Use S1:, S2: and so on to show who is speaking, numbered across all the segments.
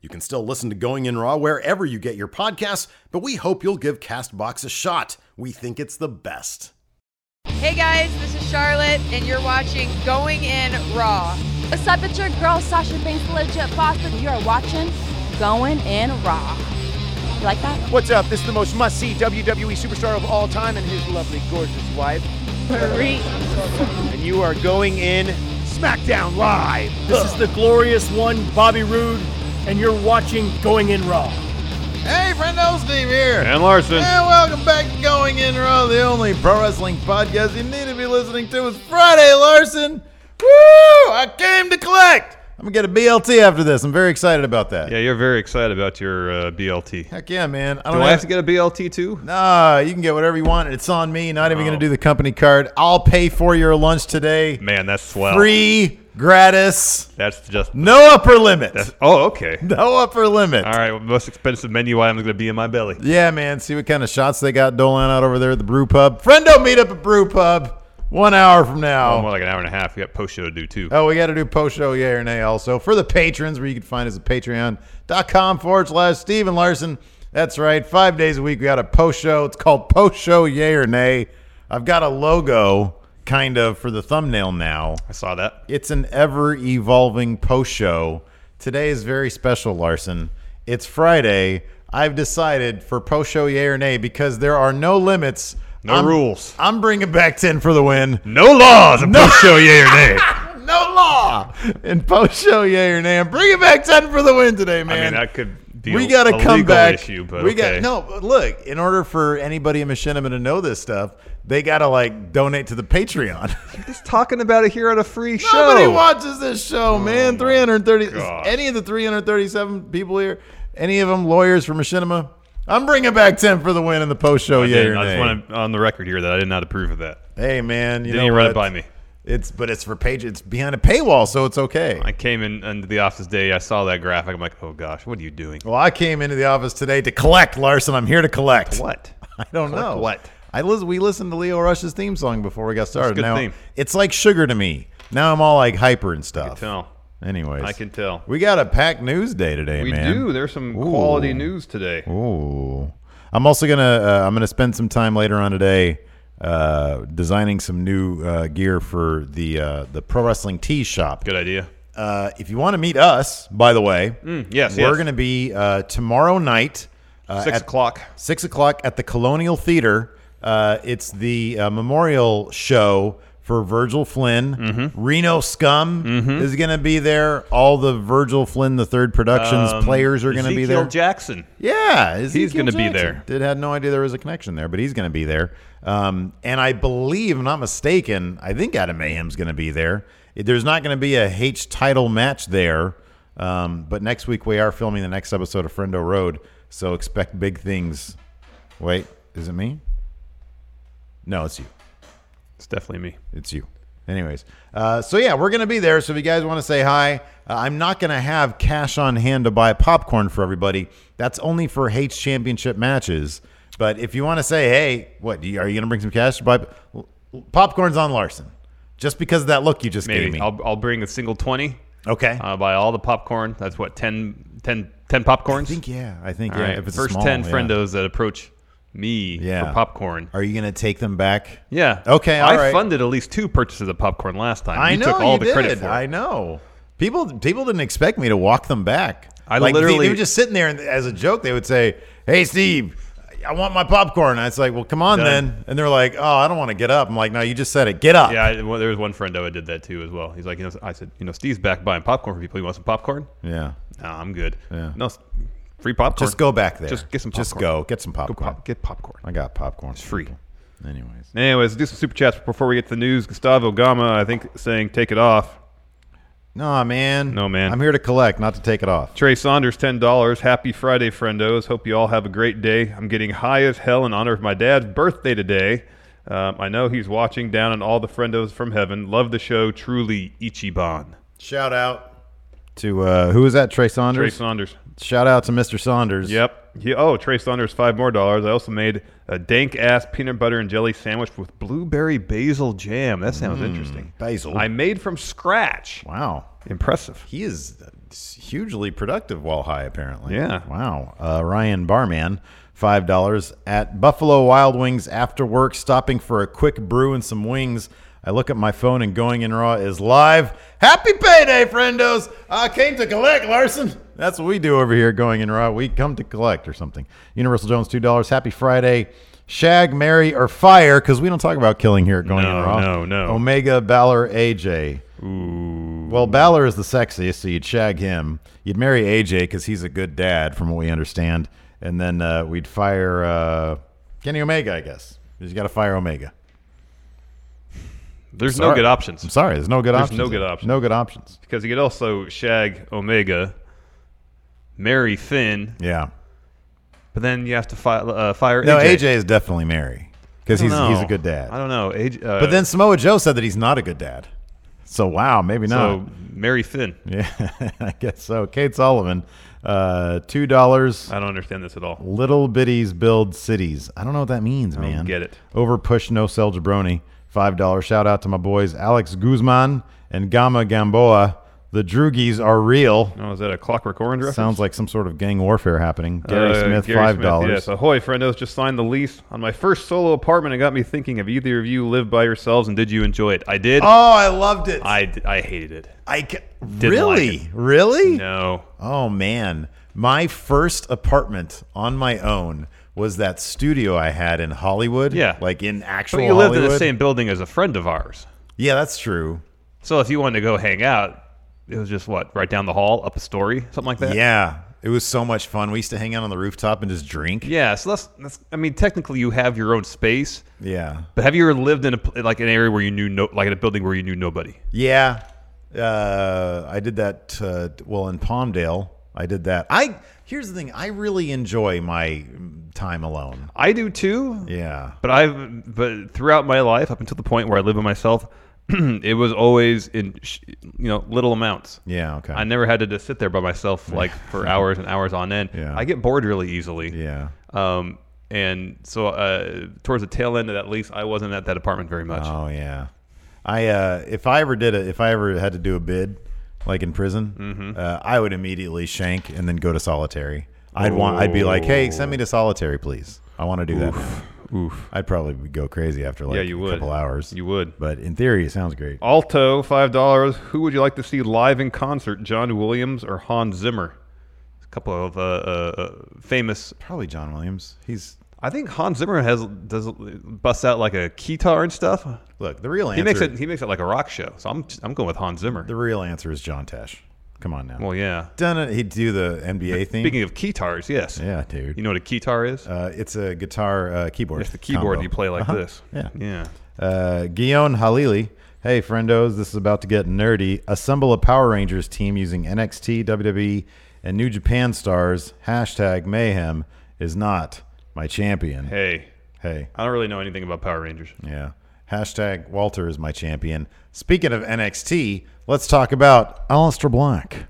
S1: You can still listen to Going In Raw wherever you get your podcasts, but we hope you'll give Castbox a shot. We think it's the best.
S2: Hey guys, this is Charlotte, and you're watching Going In Raw.
S3: What's up, it's your girl Sasha Banks, legit boss, and you are watching Going In Raw. You like that?
S4: What's up? This is the most must see WWE E superstar of all time and his lovely, gorgeous wife,
S3: Marie.
S4: and you are going in SmackDown Live.
S5: This is the glorious one, Bobby Roode, and you're watching Going In Raw.
S6: Hey, friendo, Steve here.
S7: Dan Larson.
S6: And welcome back to Going In Raw, the only pro wrestling podcast you need to be listening to. It's Friday, Larson. Woo! I came to collect. I'm going to get a BLT after this. I'm very excited about that.
S7: Yeah, you're very excited about your uh, BLT.
S6: Heck yeah, man. I
S7: Do I have to get a BLT too?
S6: Nah, you can get whatever you want. It's on me. Not
S8: Oh.
S6: even going to do the company card. I'll pay for your lunch today.
S7: Man, that's swell.
S6: Free, gratis,
S7: That's just.
S6: no upper limit.
S7: That's, oh, okay.
S6: no upper limit.
S7: All right. well, most expensive menu item is going to be in my belly.
S6: Yeah, man. See what kind of shots they got doling out over there at the brew pub. Friendo meet up at brew pub one hour from
S7: Oh, more
S6: now.
S7: like an hour and a half. We got post show to do too.
S6: Oh, we got to do post show yay or nay also for the patrons, where you can find us at patreon.com forward slash Steven Larson. That's right. Five days a week, we got a post show. It's called post show yay or nay. I've got a logo kind of for the thumbnail now.
S7: I saw that.
S6: It's an ever evolving post show. Today is very special, Larson. It's Friday. I've decided for post show yay or nay because there are no limits.
S7: No
S6: I'm-
S7: rules.
S6: I'm bringing back 10 for the win.
S7: No laws. No. Post show, yay or nay.
S6: No law in post show yay or nay. I'm bringing back 10 for the win today,
S7: I
S6: man.
S7: mean, that could be
S6: we
S7: a-
S6: got
S7: a
S6: to come
S7: legal
S6: back.
S7: Issue, but
S6: we
S7: okay.
S6: got no but look. In order for anybody in Machinima to know this stuff, they got to like donate to the Patreon.
S7: Just talking about it here on a free show.
S6: Nobody watches this show, man. 330.
S7: gosh.
S6: Any of the 337 people here, any of them lawyers for Machinima, I'm bringing back 10 for the win in the post show.
S7: I,
S6: Yeah,
S7: didn't- I just want to, on the record here that I did not approve of that.
S6: Hey, man. You
S7: Didn't
S6: know
S7: even run
S6: what?
S7: it by me.
S6: It's but it's for page. It's behind a paywall, so it's okay.
S7: I came in into the office day. I saw that graphic. I'm like, oh gosh, what are you doing?
S6: Well, I came into the office today to collect, Larson. I'm here to collect.
S7: What?
S6: I don't know.
S7: what?
S6: I lis- we listened to Leo Rush's theme song before we got started.
S7: good
S6: now
S7: theme.
S6: it's like sugar to me. Now I'm all like hyper and stuff.
S7: tell.
S6: Anyways,
S7: I can tell.
S6: We got a packed news day today,
S7: We
S6: man.
S7: do. There's some
S6: Ooh.
S7: quality news today.
S6: Ooh. I'm also gonna uh, I'm gonna spend some time later on today uh, designing some new uh, gear for the uh, the pro wrestling tee shop.
S7: Good idea.
S6: Uh, if you want to meet us, by the way,
S7: Mm, yes,
S6: we're
S7: yes.
S6: gonna be uh, tomorrow night. Uh,
S7: Six
S6: at-
S7: o'clock.
S6: Six o'clock at the Colonial Theater. Uh, it's the uh, memorial show for Virgil Flynn.
S7: Mm-hmm.
S6: Reno Scum is going to be there. All the Virgil Flynn the Third Productions players are going to be
S7: Um, Ezekiel
S6: there.
S7: Jackson.
S6: Yeah, Ezekiel
S7: He's gonna be
S6: Jackson.
S7: there.
S6: Did had no idea there was a connection there, but he's going to be there. Um, and I believe, if I'm not mistaken, I think Adam Mayhem's going to be there. There's not going to be a H title match there, um, but next week we are filming the next episode of Friendo Road, so expect big things. Wait, is it me? No, it's you.
S7: It's definitely me.
S6: It's you. Anyways, uh, so yeah, we're gonna be there. So if you guys want to say hi, uh, I'm not gonna have cash on hand to buy popcorn for everybody. That's only for H Championship matches. But if you want to say, hey, what do you, are you going to bring some cash to buy p- popcorns on Larson? Just because of that look you just gave
S7: Maybe
S6: me.
S7: I'll, Uh, I'll bring a single twenty.
S6: okay.
S7: I'll buy all the popcorn. That's what 10, 10, 10 popcorns.
S6: I think yeah. I think
S7: All
S6: yeah.
S7: right,
S6: If it's a
S7: first
S6: small,
S7: ten
S6: yeah.
S7: friendos that approach me
S6: Yeah.
S7: for popcorn.
S6: Are you going to take them back?
S7: Yeah.
S6: Okay, all
S7: I
S6: right.
S7: funded at least two purchases of popcorn last time.
S6: I
S7: you
S6: know
S7: took all
S6: you
S7: the
S6: did.
S7: credit for it.
S6: I know. People people didn't expect me to walk them back.
S7: I
S6: Like, they- they,
S7: literally-
S6: were just sitting there and, as a joke. They would say, "Hey, Steve." I want my popcorn. And it's like, well, come on
S7: Done.
S6: then. And they're like, oh, I don't want to get up. I'm like, no, you just said it. Get up.
S7: Yeah, I, well, there was one friendo I did that too as well. He's like, you know, I said, you know, Steve's back buying popcorn for people. You want some popcorn?
S6: Yeah.
S7: No, I'm good.
S6: Yeah.
S7: No, s- free popcorn.
S6: Just go back there.
S7: Just get some popcorn.
S6: Just go. Get some
S7: Go
S6: popcorn.
S7: pop, get popcorn.
S6: I got popcorn. It's
S7: free.
S6: Anyways.
S7: Anyways, do some super chats before we get to the news. Gustavo Gama, I think, saying take it off.
S6: No, man.
S7: No, man.
S6: I'm here to collect, not to take it off.
S7: Trey Saunders, ten dollars. Happy Friday, friendos. Hope you all have a great day. I'm getting high as hell in honor of my dad's birthday today. Um, I know he's watching down on all the friendos from heaven. Love the show, truly Ichiban.
S6: Shout out to uh, who is that? Trey
S7: Trey
S6: Saunders.
S7: Saunders.
S6: Shout out to Mr. Saunders.
S7: Yep. He, oh, Trey Saunders, five more dollars. I also made a dank ass peanut butter and jelly sandwich with blueberry basil jam. That sounds interesting.
S6: basil.
S7: I made from scratch.
S6: Wow.
S7: Impressive.
S6: He is hugely productive while high, apparently.
S7: Yeah.
S6: Wow. Uh, Ryan Barman, five dollars at Buffalo Wild Wings after work, stopping for a quick brew and some wings. I look at my phone and going in raw is live. Happy payday, friendos! I came to collect, Larson. That's what we do over here. Going in raw, we come to collect or something. Universal Jones, two dollars. Happy Friday. Shag, marry, or fire, because we don't talk about killing here at Going
S7: No,
S6: in Raw.
S7: Oh, no, no.
S6: Omega, Balor, AJ. Well, Balor is the sexiest, so you'd shag him. You'd marry AJ because he's a good dad, from what we understand. And then uh, we'd fire uh, Kenny Omega, I guess. 'Cause You got to fire Omega.
S7: There's no
S6: Sorry.
S7: good
S6: I'm
S7: options
S6: sorry, there's no good
S7: There's
S6: options.
S7: no good
S6: there.
S7: options.
S6: No good options.
S7: because you could also shag Omega, marry Finn,
S6: Yeah.
S7: but then you have to fi- uh, fire
S6: No,
S7: AJ.
S6: AJ is definitely Mary because
S7: I don't
S6: he's he's
S7: know.
S6: a good dad.
S7: I don't know. AJ, uh,
S6: But then Samoa Joe said that he's not a good dad. So wow, maybe not.
S7: so marry Finn.
S6: yeah, I guess so. Kate Sullivan, uh, two dollars.
S7: I don't understand this at all.
S6: Little bitties build cities. I don't know what that means, man.
S7: Oh, get it.
S6: Over push no sell jabroni. Five dollar shout out to my boys Alex Guzman and Gama Gamboa. The Droogies are real.
S7: Oh, is that a Clockwork Orange reference?
S6: Sounds like some sort of gang warfare happening. Gary
S7: Uh,
S6: Smith,
S7: Gary
S6: five
S7: Smith,
S6: dollars.
S7: Yes. Ahoy, friendos. Just signed the lease on my first solo apartment. It got me thinking of either of you live by yourselves and did you enjoy it? I did.
S6: Oh, I loved it.
S7: I, d- I hated it.
S6: I ca-
S7: like
S6: really,
S7: it.
S6: really.
S7: No.
S6: Oh man, my first apartment on my own was that studio I had in Hollywood.
S7: Yeah.
S6: like in actual.
S7: But you lived in the
S6: Hollywood.
S7: same building as a friend of ours.
S6: Yeah, that's true.
S7: So if you wanted to go hang out, it was just what? Right down the hall, up a story, something like that?
S6: Yeah, it was so much fun. We used to hang out on the rooftop and just drink.
S7: Yeah. So that's, that's, I mean, technically you have your own space,
S6: Yeah,
S7: but have you ever lived in a, pl- like an area where you knew no, like in a building where you knew nobody?
S6: yeah. Uh, I did that. Uh, well, in Palmdale, I did that. I here's the thing. I really enjoy my mm, time alone.
S7: I do too.
S6: Yeah,
S7: But I've but throughout my life up until the point where I live by myself, it was always in sh- you know little amounts.
S6: yeah. Okay.
S7: I never had to just sit there by myself like for hours and hours on end.
S6: Yeah.
S7: I get bored really easily.
S6: Yeah.
S7: Um, and so uh, towards the tail end of that lease, I wasn't at that apartment very much.
S6: Oh yeah. I uh, if I ever did it, if I ever had to do a bid, like in prison,
S7: Mm-hmm.
S6: uh, I would immediately shank and then go to solitary. I'd want. I'd be like, hey, send me to solitary, please. I want to do that. now." I'd probably go crazy after like
S7: yeah, you
S6: a
S7: would.
S6: couple hours.
S7: You would.
S6: But in theory, it sounds great.
S7: Alto five dollars. Who would you like to see live in concert? John Williams or Hans Zimmer? A couple of uh, uh, uh, famous
S6: Probably John Williams. He's
S7: I think Hans Zimmer has does busts out like a guitar and stuff.
S6: look. The real answer.
S7: He makes it he makes it like a rock show. So I'm I'm going with Hans Zimmer.
S6: The real answer is John Tesh. Come on now.
S7: Well, yeah.
S6: done it. He'd do the NBA thing.
S7: Speaking of guitars, yes.
S6: yeah, dude.
S7: You know what a guitar is?
S6: uh, it's a guitar uh, keyboard.
S7: it's the keyboard
S6: combo. Uh-huh.
S7: you play like this.
S6: Yeah.
S7: Uh-huh. Yeah.
S6: Uh, Guion Halili. Hey, friendos, this is about to get nerdy. Assemble a Power Rangers team using NXT, WWE, E, and New Japan stars. Hashtag mayhem is not my champion.
S7: Hey,
S6: Hey,
S7: I don't really know anything about Power Rangers.
S6: yeah. Hashtag Walter is my champion. Speaking of NXT, let's talk about Aleister Black.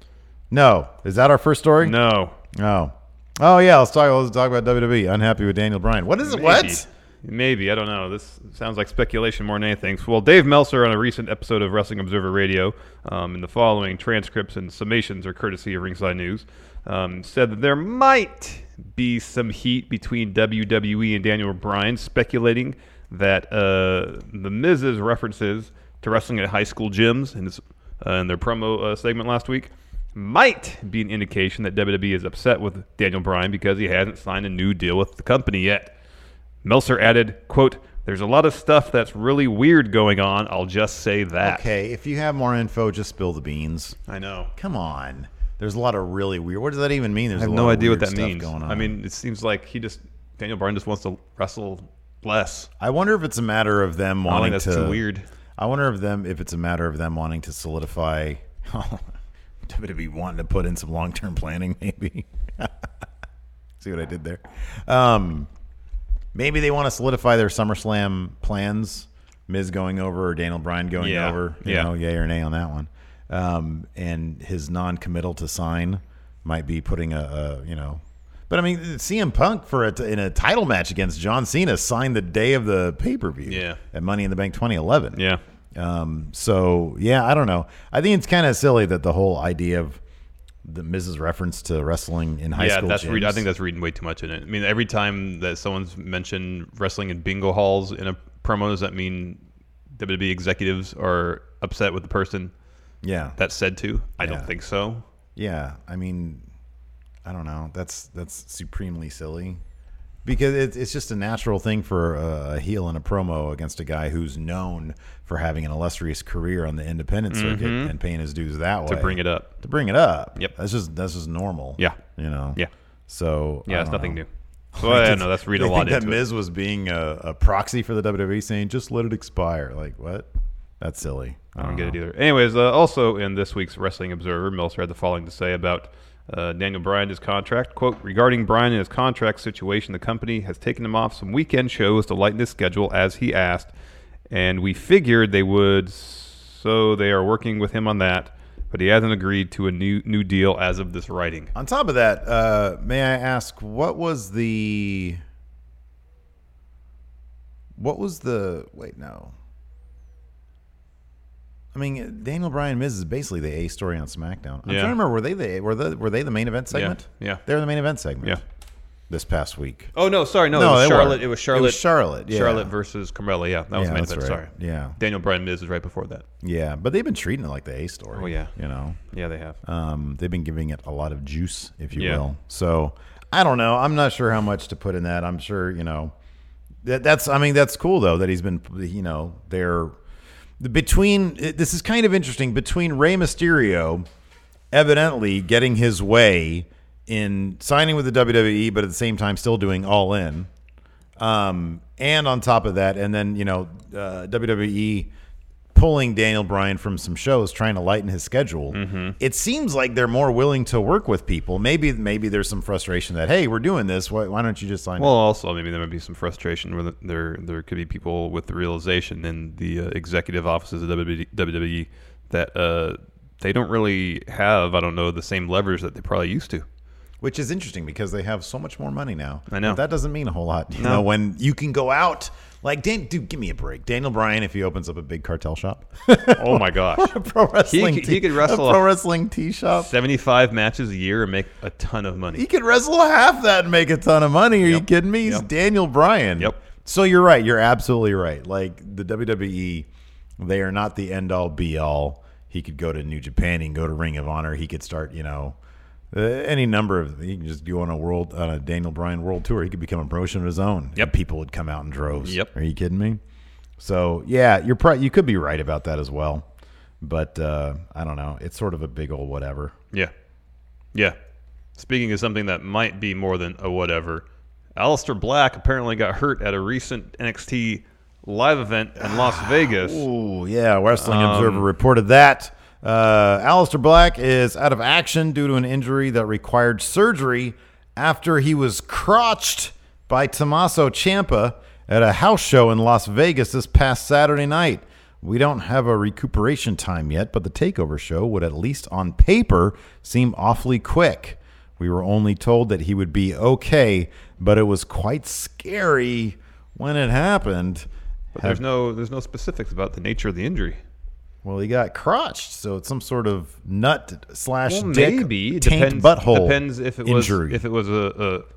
S6: No. Is that our first story?
S7: No.
S6: Oh. Oh yeah, let's talk. Let's talk about WWE. Unhappy with Daniel Bryan. What is it? What?
S7: Maybe I don't know. This sounds like speculation more than anything. Well, Dave Meltzer on a recent episode of Wrestling Observer Radio, um, and the following transcripts and summations are courtesy of Ringside News, um, said that there might be some heat between WWE and Daniel Bryan, speculating that uh, the Miz's references to wrestling at high school gyms in, his, uh, in their promo uh, segment last week might be an indication that WWE is upset with Daniel Bryan because he hasn't signed a new deal with the company yet. Meltzer added, quote, there's a lot of stuff that's really weird going on. I'll just say that.
S6: Okay, if you have more info, just spill the beans.
S7: I know.
S6: Come on. There's a lot of really weird. What does that even mean? There's
S7: I have
S6: a
S7: no
S6: lot of
S7: idea what
S6: weird
S7: that
S6: stuff
S7: means.
S6: Going on.
S7: I mean, it seems like he just Daniel Bryan just wants to wrestle less.
S6: I wonder if it's a matter of them
S7: I
S6: wanting
S7: think that's
S6: to.
S7: too weird.
S6: I wonder if them if it's a matter of them wanting to solidify. WWE wanting to put in some long term planning, maybe. See what I did there? Um, maybe they want to solidify their SummerSlam plans. Miz going over or Daniel Bryan going
S7: Yeah.
S6: over. You
S7: Yeah.
S6: know, yay or nay on that one. Um, and his non committal to sign might be putting a, a you know. But I mean, CM Punk for a t- in a title match against John Cena signed the day of the pay per view
S7: Yeah.
S6: at Money in the Bank 2011.
S7: Yeah.
S6: Um, so yeah, I don't know. I think it's kind of silly that the whole idea of the Mrs. reference to wrestling in high
S7: yeah,
S6: school.
S7: that's read, I
S6: gyms-
S7: think that's reading way too much in it. I mean, every time that someone's mentioned wrestling in bingo halls in a promo, does that mean WWE executives are upset with the person
S6: yeah,
S7: that's said to? I
S6: Yeah.
S7: don't think so.
S6: yeah. I mean, I don't know. That's that's supremely silly because it, it's just a natural thing for a, a heel in a promo against a guy who's known for having an illustrious career on the independent circuit and paying his dues that way
S7: Mm-hmm. To bring it up,
S6: To bring it up.
S7: Yep.
S6: That's just that's just normal.
S7: Yeah.
S6: You know.
S7: Yeah.
S6: So I
S7: yeah, it's
S6: don't
S7: nothing
S6: know.
S7: new. Well, I
S6: Like,
S7: don't know. That's read a
S6: they
S7: lot
S6: think
S7: into
S6: that Miz was being a, a proxy for the WWE, saying just let it expire. Like what? That's silly.
S7: I don't get it either. Anyways, uh, also in this week's Wrestling Observer, Meltzer had the following to say about uh, Daniel Bryan and his contract. Quote, regarding Bryan and his contract situation, the company has taken him off some weekend shows to lighten his schedule as he asked, and we figured they would, so they are working with him on that, but he hasn't agreed to a new new deal as of this writing.
S6: On top of that, uh, may I ask what was the what was the wait no. I mean, Daniel Bryan Miz is basically the A story on SmackDown. I'm
S7: Yeah.
S6: trying to remember were they the were the were they the main event segment?
S7: yeah.
S6: They were the main event segment.
S7: Yeah.
S6: This past week.
S7: Oh no, sorry, no,
S6: No,
S7: it, was
S6: they
S7: Charlotte,
S6: weren't.
S7: it was
S6: It was
S7: Charlotte.
S6: Charlotte, yeah.
S7: Charlotte versus Carmella. Yeah, that was
S6: Yeah,
S7: the main
S6: that's
S7: event.
S6: right.
S7: Sorry.
S6: Yeah.
S7: Daniel Bryan Miz is right before that.
S6: Yeah, but they've been treating it like the A story.
S7: Oh, yeah.
S6: You know.
S7: Yeah, they have.
S6: Um, they've been giving it a lot of juice, if you
S7: Yeah.
S6: will. So I don't know. I'm not sure how much to put in that. I'm sure you know. That, that's I mean that's cool though that he's been you know they're between this is kind of interesting between Rey Mysterio evidently getting his way in signing with the WWE but at the same time still doing all in um, and on top of that and then you know uh, WWE pulling Daniel Bryan from some shows trying to lighten his schedule
S7: Mm-hmm.
S6: it seems like they're more willing to work with people maybe maybe there's some frustration that hey we're doing this why, why don't you just sign up?
S7: Well, also maybe there might be some frustration where there there could be people with the realization in the uh, executive offices of E, WWE, WWE that uh, they don't really have. I don't know the same levers that they probably used to.
S6: Which is interesting because they have so much more money now.
S7: I know.
S6: But that doesn't mean a whole lot. You know, when you can go out like Dan dude, give me a break. Daniel Bryan if he opens up a big cartel shop.
S7: Oh my gosh,
S6: a pro wrestling
S7: could-
S6: tea-
S7: he could wrestle
S6: a pro
S7: a-
S6: wrestling tea shop.
S7: seventy five matches a year and make a ton of money.
S6: He could wrestle half that and make a ton of money. Are you
S7: Yep.
S6: kidding me? He's
S7: Yep.
S6: Daniel Bryan.
S7: Yep.
S6: So you're right. You're absolutely right. Like the WWE, they are not the end all be all. He could go to New Japan. He can go to Ring of Honor. He could start, you know, uh, any number of. He can just go on a world on a Daniel Bryan world tour. He could become a promotion of his own.
S7: Yep.
S6: And people would come out in droves.
S7: Yep.
S6: Are you kidding me? So yeah, you're pro- you could be right about that as well. But uh, I don't know. It's sort of a big old whatever.
S7: Yeah, yeah. Speaking of something that might be more than a whatever, Alistair Black apparently got hurt at a recent NXT live event in Las Vegas.
S6: Ooh, yeah. Wrestling Observer reported that. Uh, Alistair Black is out of action due to an injury that required surgery after he was crotched by Tommaso Ciampa at a house show in Las Vegas this past Saturday night. We don't have a recuperation time yet, but the takeover show would at least on paper seem awfully quick. We were only told that he would be okay, but it was quite scary when it happened.
S7: But there's no there's no specifics about the nature of the injury.
S6: Well, he got crotched, so it's some sort of nut slash
S7: Well,
S6: dick
S7: maybe
S6: taint
S7: depends.
S6: butthole
S7: Depends if it
S6: injury.
S7: was if it was a, a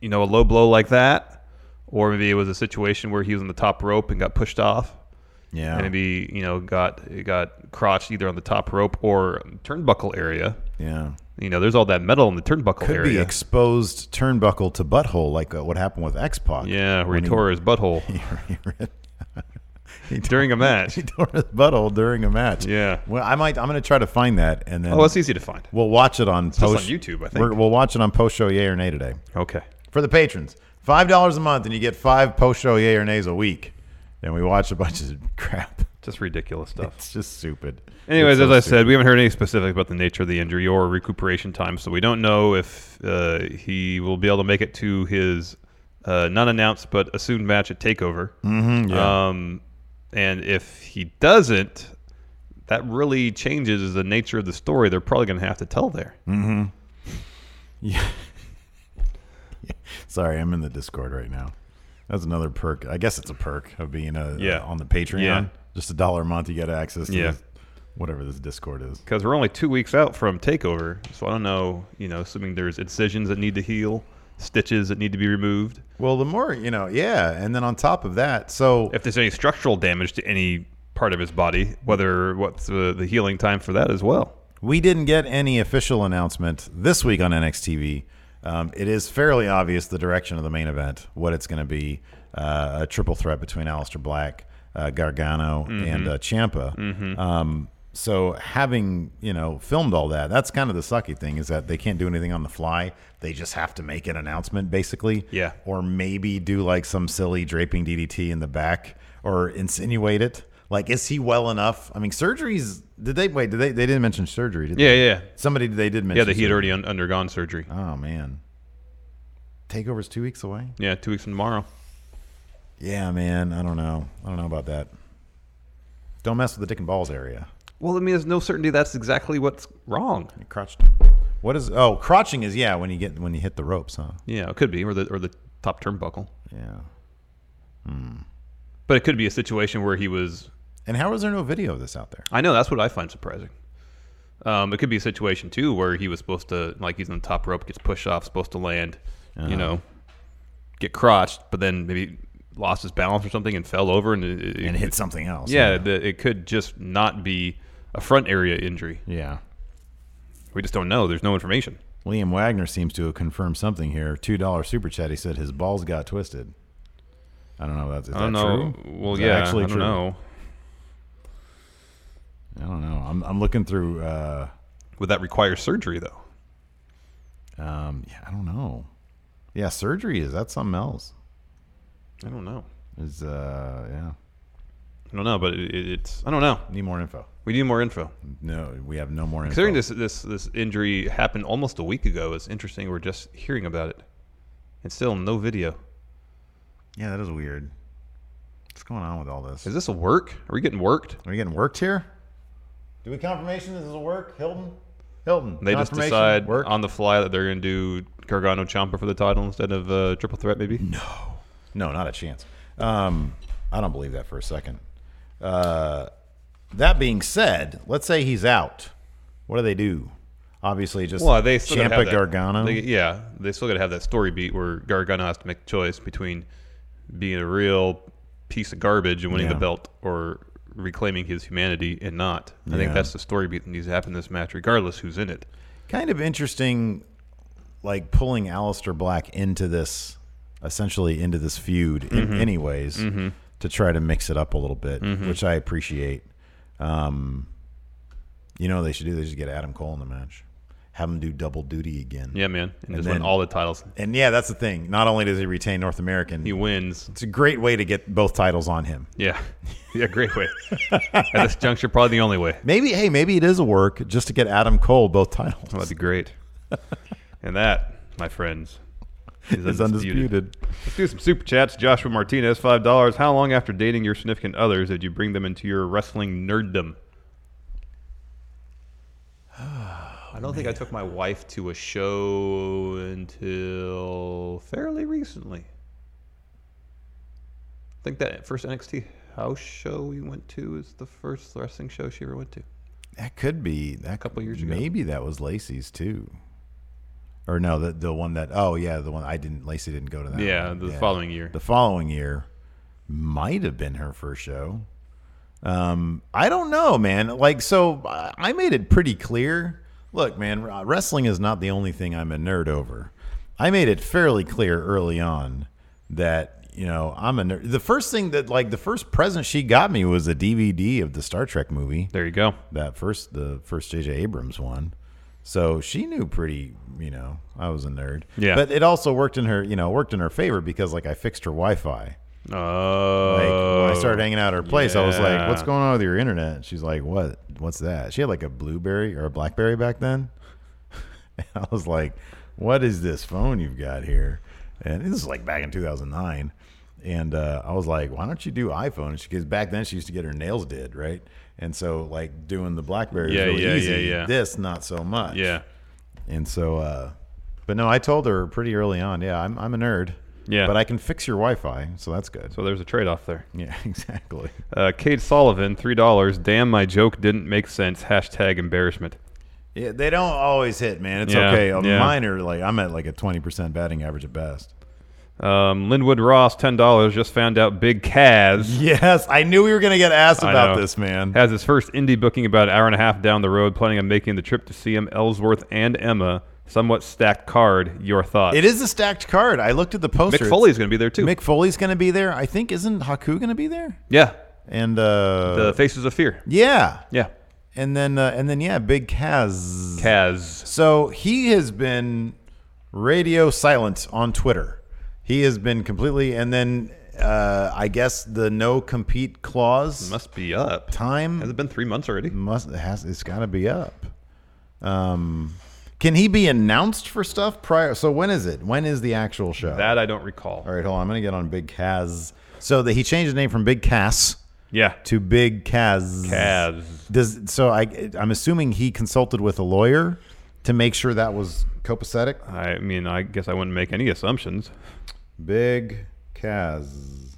S7: you know a low blow like that, or maybe it was a situation where he was on the top rope and got pushed off,
S6: yeah,
S7: and maybe you know got it got crotched either on the top rope or turnbuckle area.
S6: yeah.
S7: You know, there's all that metal in the turnbuckle
S6: Could
S7: area.
S6: be exposed turnbuckle to butthole, like uh, what happened with X Pac.
S7: yeah, where he tore his butthole during a match.
S6: he tore his butthole during a match.
S7: Yeah.
S6: Well, I might. I'm going to try to find that, and then
S7: Oh, it's easy to find.
S6: we'll watch it on
S7: just
S6: post
S7: on YouTube, I think.
S6: We're, we'll watch it on post show yay or nay today
S7: Okay.
S6: for the patrons. Five dollars a month, and you get five post show yay or nays a week. And we watch a bunch of crap.
S7: Just ridiculous stuff.
S6: It's just stupid.
S7: Oh. Anyways,
S6: It's
S7: as
S6: so
S7: I
S6: stupid.
S7: said, we haven't heard any specifics about the nature of the injury or recuperation time, so we don't know if uh, he will be able to make it to his uh, non-announced but assumed match at Takeover. Mm-hmm, Um, and if he doesn't, that really changes the nature of the story. They're probably going to have to tell there.
S6: Sorry, I'm in the Discord right now. That's another perk. I guess it's a perk of being a,
S7: Yeah.
S6: on the Patreon.
S7: Yeah.
S6: Just a dollar a month, you get access to
S7: Yeah.
S6: this- whatever this Discord is.
S7: because we're only two weeks out from takeover so i don't know you know assuming there's incisions that need to heal stitches that need to be removed
S6: Well, the more you know, yeah. And then on top of that, so
S7: if there's any structural damage to any part of his body whether what's the, the healing time for that as well
S6: we didn't get any official announcement this week on NXTV. Um, it is fairly obvious the direction of the main event, what it's going to be uh, a triple threat between Aleister Black, uh, Gargano, and uh, Champa. Um, so having you know filmed all that, that's kind of the sucky thing is that they can't do anything on the fly. They just have to make an announcement, basically.
S7: Yeah.
S6: Or maybe do like some silly draping DDT in the back, or insinuate it. Like, is he well enough? I mean, surgeries. Did they wait? Did they? They didn't mention surgery. Did
S7: yeah
S6: They?
S7: yeah
S6: Somebody they did mention.
S7: yeah that he had
S6: surgery.
S7: already un- undergone surgery
S6: Oh man. Takeover's two weeks away.
S7: yeah two weeks from tomorrow
S6: Yeah, man. I don't know. I don't know about that. Don't mess with the dick and balls area.
S7: well i mean there's no certainty that's exactly what's wrong
S6: Crotched. What is? Oh, crotching is yeah when you get when you hit the ropes, huh?
S7: yeah it could be or the or the top turnbuckle
S6: Yeah.
S7: but it could be a situation where he was
S6: And how is there no video of this out there?
S7: I know that's what I find surprising. Um, it could be a situation too where he was supposed to like he's on the top rope, gets pushed off, supposed to land, you know, get crotched, but then maybe lost his balance or something and fell over and it, it-
S6: And hit something else.
S7: Yeah, The, it could just not be a front area injury.
S6: Yeah.
S7: We just don't know. There's no information.
S6: Liam Wagner seems to have confirmed something here. Two dollar super chat. He said his balls got twisted. I don't know. If that's is
S7: I don't
S6: that
S7: know.
S6: true?
S7: Well,
S6: Is that
S7: yeah,
S6: actually
S7: I don't
S6: true?
S7: know.
S6: I don't know. I'm, I'm looking through. Uh,
S7: Would that require surgery though?
S6: um, yeah, I don't know. Yeah, surgery is that's something else.
S7: I don't know.
S6: Is uh, yeah.
S7: I don't know, but it, it, it's I don't know.
S6: Need more info?
S7: We need more info.
S6: No, we have no more info.
S7: Considering this this this injury happened almost a week ago, it's interesting we're just hearing about it, and still no video.
S6: Yeah, that is weird. What's going on with all this?
S7: Is this a work? Are we getting worked?
S6: Are we getting worked here? Do we confirmation this is a work, Hilton? Hilton.
S7: They just
S6: confirmation?
S7: decide
S6: work
S7: on the fly that they're going to do Gargano Champa for the title instead of uh, Triple Threat, maybe. No.
S6: No, not a chance. Um, I don't believe that for a second. Uh, that being said, let's say he's out. What do they do? Obviously, just
S7: Well, they still gotta
S6: Champa
S7: have that-
S6: Gargano.
S7: they- yeah, they still got to have that story beat where Gargano has to make a choice between being a real piece of garbage and winning
S6: Yeah.
S7: the belt or reclaiming his humanity and not. I
S6: Yeah.
S7: think that's the story beat that needs to happen in this match, regardless who's in it.
S6: kind of interesting, like pulling Alistair Black into this, essentially into this feud
S7: Mm-hmm.
S6: in any ways, to try to mix it up a little bit, which I appreciate. Um, you know, what they should do. They just get Adam Cole in the match, have him do double duty again.
S7: Yeah, man, and, just
S6: then-
S7: win all the titles.
S6: And yeah, that's the thing. Not only does he retain North American,
S7: He wins.
S6: it's a great way to get both titles on him.
S7: Yeah, yeah, great way. At this juncture, probably the only way.
S6: Maybe, hey, maybe it is a work just to get Adam Cole both titles.
S7: That'd be great. And that, my friends, is
S6: It's undisputed.
S7: Let's do some super chats. Joshua Martinez, five dollars. How long after dating your significant others did you bring them into your wrestling nerddom? I
S9: I don't think I took my wife to a show until fairly recently. I think that first NXT house show we went to is the first wrestling show she ever went to.
S6: That could be that a
S9: Couple years ago.
S6: Maybe that was Lacey's too, or no, the the one that oh yeah, the one I didn't Lacey didn't go to that.
S9: Yeah,
S6: one.
S9: the following year.
S6: The following year might have been her first show. Um, I don't know, man. Like, so I I made it pretty clear. Look, man, r- wrestling is not the only thing I'm a nerd over. I made it fairly clear early on that you know I'm a nerd. The first thing that like the first present she got me was a DVD of the Star Trek movie
S9: There you go.
S6: that first the first JJ Abrams one. So she knew pretty, you know, I was a nerd.
S9: Yeah.
S6: But it also worked in her, you know, worked in her favor because like I fixed her Wi-Fi.
S9: Oh,
S6: Like when I started hanging out at her place, I was like,
S9: yeah.
S6: "What's going on with your internet?" And she's like, "What? What's that?" She had like a BlueBerry or a BlackBerry back then. and I was like, "What is this phone you've got here?" And this is like back in 2009. And uh, I was like, "Why don't you do iPhone?" And she because back then she used to get her nails did right, and so like doing the BlackBerry
S9: Yeah,
S6: was really
S9: yeah,
S6: easy.
S9: yeah, yeah.
S6: This not so much.
S9: yeah,
S6: And so, uh, but no, I told her pretty early on. Yeah, I'm I'm a nerd.
S7: Yeah.
S6: But I can fix your Wi-Fi, so that's good.
S7: So there's a trade off there.
S6: yeah, exactly.
S7: Uh, Kate Sullivan, three dollars. Damn, my joke didn't make sense. Hashtag embarrassment.
S6: Yeah, they don't always hit, man. It's
S7: Yeah,
S6: okay. A
S7: yeah.
S6: minor, like I'm at like a twenty percent batting average at best.
S7: Um, Linwood Ross, ten dollars. Just found out Big Kaz
S6: Yes, I knew we were gonna get asked
S7: I
S6: about
S7: know.
S6: this, man.
S7: has his first indie booking about an hour and a half down the road, planning on making the trip to see him, Ellsworth, and Emma. Somewhat stacked card. Your thoughts?
S6: It is a stacked card. I looked at the poster.
S7: Mick Foley's going to be there too.
S6: Mick Foley's gonna be there. I think isn't Haku gonna be there?
S7: Yeah.
S6: And uh,
S7: The Faces of Fear.
S6: yeah,
S7: Yeah.
S6: and then uh, and then yeah, Big Kaz.
S7: Kaz.
S6: So he has been radio silent on Twitter. He has been completely, and then uh, I guess the no compete clause
S7: Must be up.
S6: time
S7: Has it been three months already?
S6: must it has it's got to be up. Um, can he be announced for stuff prior? So when is it? When is the actual show?
S7: That I don't recall.
S6: All right, hold on. I'm gonna get on Big Kaz. So that he changed his name from Big Cass
S7: Yeah.
S6: to Big Kaz.
S7: Kaz.
S6: Does so? I I'm assuming he consulted with a lawyer to make sure that was copacetic.
S7: I mean, I guess I wouldn't make any assumptions.
S6: Big Kaz.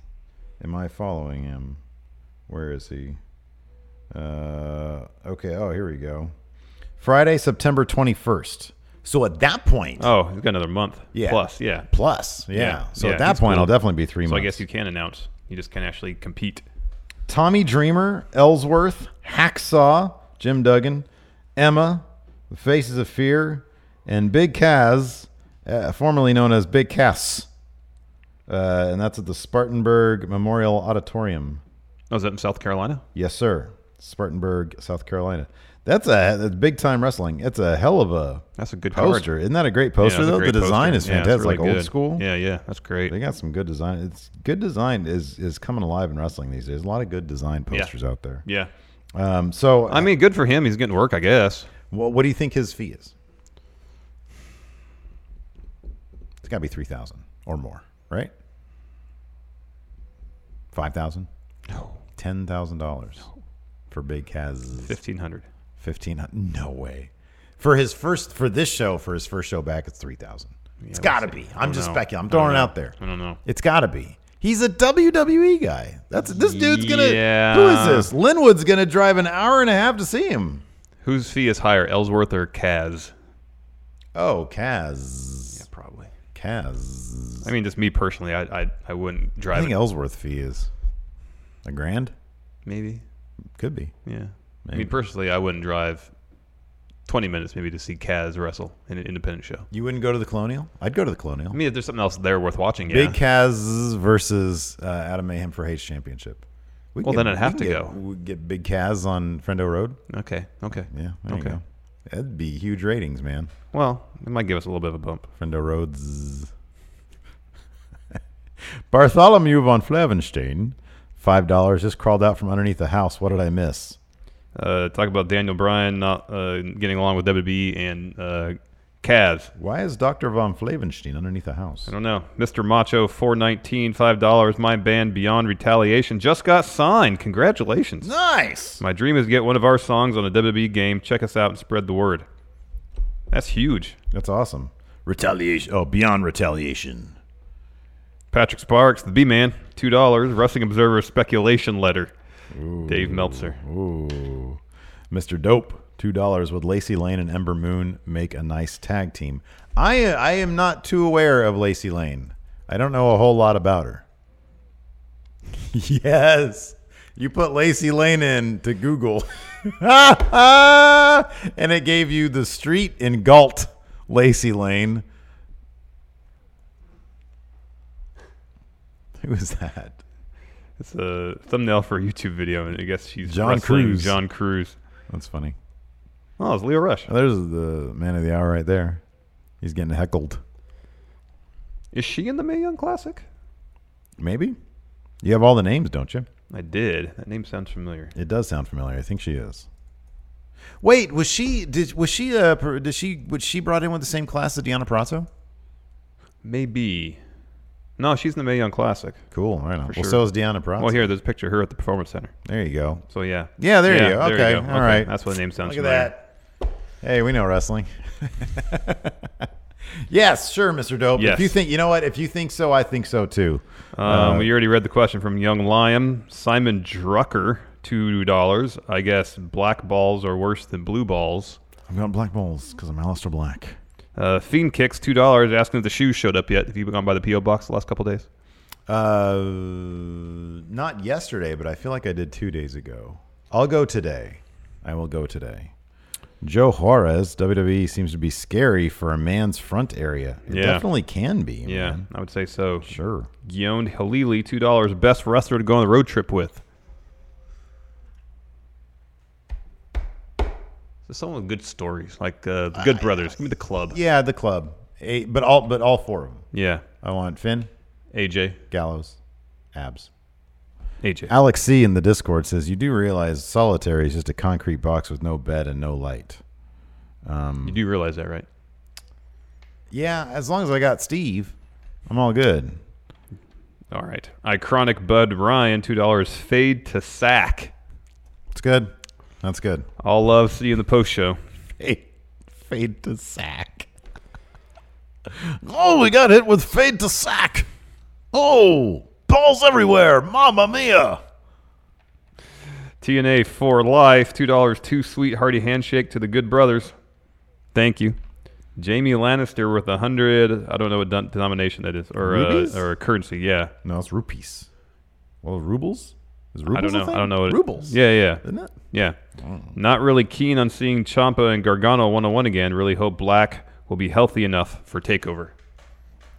S6: Am I following him? Where is he? Uh, okay. Oh, here we go. Friday, September 21st. So at that point,
S7: Oh, he's got another month.
S6: Yeah.
S7: Plus, yeah.
S6: plus, yeah.
S7: Yeah,
S6: So
S7: yeah,
S6: at that
S7: he's
S6: point,
S7: cool.
S6: I'll definitely be three
S7: So I
S6: months.
S7: guess you can announce. You just can actually compete.
S6: Tommy Dreamer, Ellsworth, Hacksaw, Jim Duggan, Emma, The Faces of Fear, and Big Kaz, uh, formerly known as Big Cass. Uh, and that's at the Spartanburg Memorial Auditorium.
S7: Oh, is that in South Carolina?
S6: Yes, sir. Spartanburg, South Carolina. That's a that's big time wrestling. It's a hell of a
S7: That's a good card.
S6: poster. Isn't that a great
S7: Yeah,
S6: poster
S7: that's a
S6: though?
S7: great
S6: the design
S7: poster.
S6: is
S7: Yeah, it's
S6: fantastic.
S7: really
S6: like old
S7: good.
S6: school.
S7: Yeah, yeah. That's great.
S6: They got some good design. It's good design is is coming alive in wrestling these days. A lot of good design posters out there.
S7: Yeah.
S6: Um, so uh,
S7: I mean, good for him. He's getting work, I guess.
S6: what, what do you think his fee is? It's got to be three thousand or more, right? Five thousand? No. Ten thousand dollars for Big Kaz.
S7: 1500
S6: Fifteen hundred? No way. For his first, for this show, for his first show back, it's three thousand. it's got to be. I'm just
S7: know.
S6: speculating. I'm
S7: I don't
S6: throwing it
S7: know.
S6: out there.
S7: I don't know.
S6: It's got to be. He's a WWE guy. That's this dude's gonna.
S7: Yeah.
S6: Who is this? Linwood's gonna drive an hour and a half to see him.
S7: Whose fee is higher, Ellsworth or Kaz?
S6: Oh, Kaz.
S7: Probably.
S6: Kaz.
S7: I mean, just me personally, I I, I wouldn't
S6: I
S7: drive
S6: think
S7: it.
S6: Ellsworth fee is a grand.
S7: Maybe.
S6: Could be.
S7: Yeah. I mean, personally, I wouldn't drive 20 minutes maybe to see Kaz wrestle in an independent show.
S6: You wouldn't go to the Colonial? I'd go to the Colonial.
S7: I mean, if there's something else there worth watching, yeah.
S6: Big Kaz versus uh, Adam Mayhem for Hates Championship. We
S7: Well,
S6: can-
S7: then I'd
S6: we
S7: have
S6: can
S7: to
S6: get,
S7: go.
S6: We can get Big Kaz on Friendo Road.
S7: okay. Okay.
S6: Yeah, there
S7: okay.
S6: you go. That'd be huge ratings, man.
S7: Well, it might give us a little bit of a bump.
S6: Friendo Roads. Bartholomew von Flavenstein, five dollars. Just crawled out from underneath the house. What did I miss?
S7: Uh, talk about Daniel Bryan not uh, getting along with WWE and uh, Kaz.
S6: Why is Doctor von Flavenstein underneath the house?
S7: I don't know. Mr. Macho, four nineteen, five dollars. My band Beyond Retaliation just got signed. Congratulations.
S6: Nice.
S7: E My dream is to get one of our songs on a WWE game. Check us out and spread the word. That's huge.
S6: That's awesome. Retaliation. Oh, beyond retaliation.
S7: Patrick Sparks, the B Man, two dollars. Wrestling Observer speculation letter. Dave Meltzer.
S6: Ooh. Mr. Dope, two dollars. Would Lacey Lane and Ember Moon make a nice tag team? I I am not too aware of Lacey Lane. I don't know a whole lot about her. yes. You put Lacey Lane in to Google. and it gave you the street in Galt, Lacey Lane. Who is that?
S7: It's a thumbnail for a YouTube video, and I guess she's
S6: John
S7: wrestling
S6: Cruise.
S7: John Cruz.
S6: That's funny.
S7: Oh, it's Leo Rush.
S6: Oh, There's the man of the hour right there. He's getting heckled.
S7: Is she in the Mae Young Classic?
S6: Maybe. You have all the names, don't you?
S7: I did. That name sounds familiar.
S6: It does sound familiar. I think she is. Wait, was she did was she uh per- did she was she brought in with the same class as Deanna Prato?
S7: Maybe. No, she's in the Mae Young Classic.
S6: Cool, right on. Well,
S7: For sure.
S6: so is Deanna Prato.
S7: Well, here, there's a picture of her at the Performance Center.
S6: There you go.
S7: So yeah.
S6: Yeah, there you go.
S7: there
S6: Okay, all right.
S7: That's what the name sounds
S6: Look at
S7: familiar.
S6: that. Hey, we know wrestling. yes, sure, Mr. Dope.
S7: Yes.
S6: If you think you know what, if you think so, I think so too.
S7: Um,
S6: Uh,
S7: we already read the question from Young Lion. Simon Drucker, two dollars. I guess black balls are worse than blue balls.
S6: I've got black balls because I'm Alistair Black.
S7: Uh, Fiend kicks two dollars. Asking if the shoes showed up yet. Have you gone by the PO box the last couple days?
S6: Uh, not yesterday, but I feel like I did two days ago. I'll go today. I will go today. Joe Juarez, WWE seems to be scary for a man's front area. It
S7: Yeah.
S6: definitely can be.
S7: Yeah,
S6: man.
S7: I would say so.
S6: Sure.
S7: Gion Halili, two dollars. Best wrestler to go on the road trip with.
S9: So someone with good stories, like uh, the Good Brothers. Give me the club.
S6: Yeah, the club. Eh, but all but all four of them.
S7: Yeah,
S6: I want Finn,
S7: AJ,
S6: Gallows, Abs.
S7: AJ.
S6: Alex C in the Discord says, "You do realize solitary is just a concrete box with no bed and no light."
S7: You do realize that, right?
S6: Yeah, as long as I got Steve, I'm all good.
S7: All right. Iconic Bud Ryan, two dollars. Fade to sack.
S6: It's good. That's good.
S7: All love. See you in the post show.
S6: Fade, fade to sack. Oh, we got hit with fade to sack. Oh, balls everywhere. Mamma mia.
S7: TNA for life, two dollars, two sweet hearty handshake to the good brothers. Thank you, Jamie Lannister with a hundred. I don't know what den- denomination that is, or uh,
S6: Rubies?
S7: or currency. Yeah,
S6: No, it's rupees. Well, rubles? Is rubles
S7: I don't
S6: a
S7: know.
S6: thing?
S7: I don't know what it-
S6: rubles. Mm.
S7: Yeah, yeah,
S6: Isn't it?
S7: yeah. Not really keen on seeing Champa and Gargano one on one again. Really hope Black will be healthy enough for Takeover.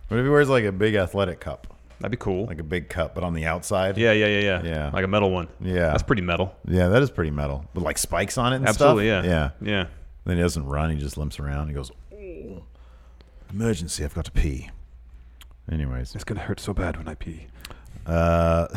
S6: What if he wears like a big athletic cup?
S7: That'd be cool.
S6: Like a big cup, but on the outside?
S7: yeah, yeah, yeah, yeah,
S6: Yeah.
S7: Like a metal one.
S6: Yeah.
S7: that's pretty metal.
S6: Yeah, that is pretty metal. With like spikes on it and
S7: Absolutely,
S6: stuff?
S7: yeah,
S6: Yeah.
S7: yeah.
S6: Then he doesn't run. He just limps around. He goes, oh, emergency. I've got to pee. Anyways.
S7: It's gonna hurt so bad when I pee.
S6: Uh,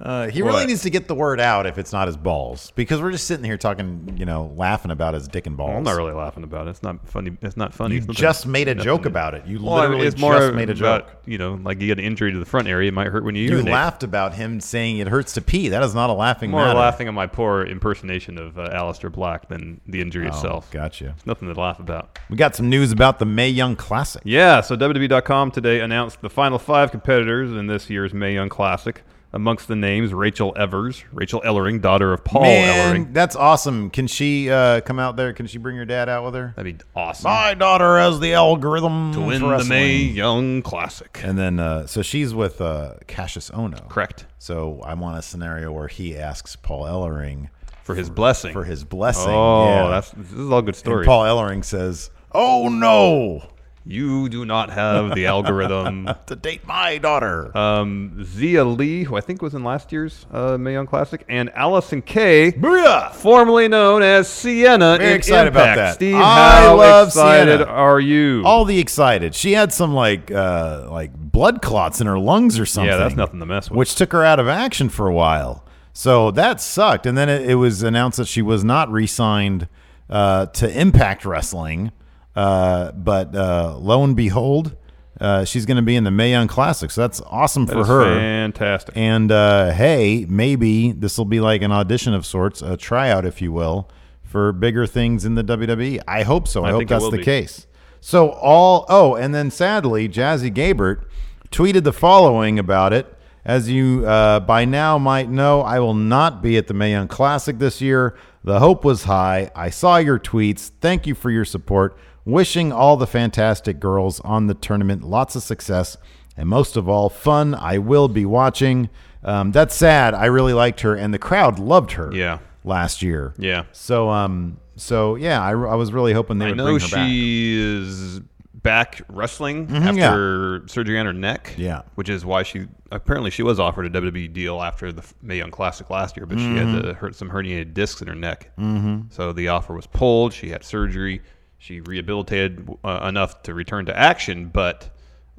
S6: uh, he really needs to get the word out if it's not his balls because we're just sitting here talking, you know, laughing about his dick and balls.
S7: I'm not really laughing about it. It's not funny. It's not funny.
S6: You
S7: It's nothing-
S6: just made a
S7: nothing.
S6: joke about it. You
S7: Well, I mean,
S6: literally
S7: it's more
S6: just made a joke.
S7: about, you know, like you get an injury to the front area, it might hurt when you
S6: You
S7: urinate.
S6: laughed about him saying it hurts to pee. That is not a laughing
S7: More
S6: matter.
S7: laughing at my poor impersonation of uh, Alistair Black than the injury
S6: Oh,
S7: itself.
S6: Gotcha.
S7: It's nothing to laugh about.
S6: We got some news about the May Young Classic.
S7: Yeah, so WWE.com today announced the final five competitors in this year's Mae Young Classic. Amongst the names, Rachel Evers, Rachel Ellering, daughter of Paul
S6: Man,
S7: Ellering.
S6: that's awesome. Can she uh, come out there? Can she bring her dad out with her?
S7: That'd be awesome.
S6: My daughter has the algorithm
S7: to win
S6: for
S7: the Mae
S6: wrestling.
S7: Young Classic.
S6: And then, uh, so she's with uh, Cassius Ono.
S7: Correct.
S6: So I want a scenario where he asks Paul Ellering
S7: For his blessing.
S6: for his blessing.
S7: Oh,
S6: Yeah.
S7: that's, this is all good
S6: And
S7: story.
S6: Paul Ellering says, "Oh no,
S7: you do not have the algorithm.
S6: to date my daughter."
S7: Um, Zia Lee, who I think was in last year's uh, Mae Young Classic, and Allison Kay, Uh,
S6: Booyah!
S7: formerly known as Sienna.
S6: Very
S7: in
S6: excited about
S7: Impact.
S6: that.
S7: Steve,
S6: I
S7: how
S6: love
S7: excited
S6: Sienna.
S7: are you?
S6: All the excited. She had some like uh, like blood clots in her lungs or something.
S7: yeah, that's nothing to mess with.
S6: Which took her out of action for a while. So that sucked. And then it, it was announced that she was not re-signed uh, to Impact Wrestling. Uh, but uh, lo and behold, uh, she's going to be in the Mae Young Classic. So that's awesome
S7: That
S6: for
S7: is
S6: her.
S7: fantastic.
S6: And uh, hey, maybe this will be like an audition of sorts, a tryout, if you will, for bigger things in the WWE. I hope so. I,
S7: I
S6: hope
S7: think it
S6: that's
S7: will
S6: the
S7: be.
S6: case. So all oh, and then sadly, Jazzy Gabert tweeted the following about it. As you uh, by now might know, I will not be at the Mae Young Classic this year. The hope was high. I saw your tweets. Thank you for your support. Wishing all the fantastic girls on the tournament lots of success and most of all, fun. I will be watching. Um, that's sad. I really liked her, and the crowd loved her.
S7: Yeah.
S6: last year.
S7: Yeah.
S6: So um, so yeah, I, I was really hoping they
S7: I
S6: would
S7: know
S6: bring her back. Mm-hmm,
S7: she is back wrestling
S6: yeah.
S7: after surgery on her neck.
S6: Yeah.
S7: which is why she apparently she was offered a WWE deal after the Mae Young Classic last year, but she
S6: Mm-hmm.
S7: had the, hurt some herniated discs in her neck. Mm-hmm. So the offer was pulled. She had surgery. She rehabilitated uh, enough to return to action, but.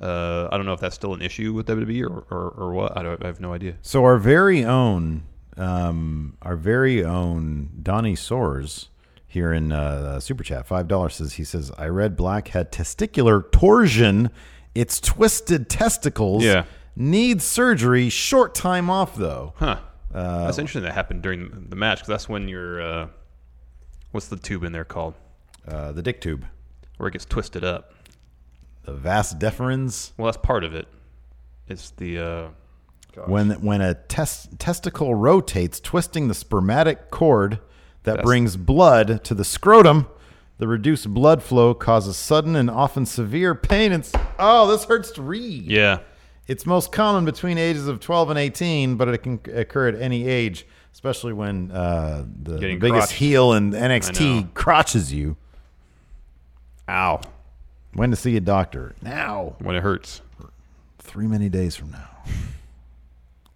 S7: Uh, I don't know if that's still an issue with WWE or, or, or what. I, don't, I have no idea.
S6: So our very own, um, our very own Donnie Soares here in uh, super chat five dollars says he says I read Black had testicular torsion. It's twisted testicles.
S7: Yeah.
S6: Needs surgery. Short time off though.
S7: Huh.
S6: Uh,
S7: that's interesting that happened during the match because that's when your uh, what's the tube in there called
S6: Uh, the dick tube.
S7: where it gets twisted up.
S6: The vas deferens.
S7: Well, that's part of it. It's the uh,
S6: When when a test, testicle rotates, twisting the spermatic cord that brings blood to the scrotum, the reduced blood flow causes sudden and often severe pain. And s- oh, this hurts to read.
S7: yeah.
S6: It's most common between ages of 12 and 18, but it can occur at any age, especially when uh, the, the
S7: Getting
S6: biggest
S7: crotched.
S6: heel in
S7: I know.
S6: NXT crotches you.
S7: Ow!
S6: When to see a doctor? Now.
S7: When it hurts.
S6: Three many days from now.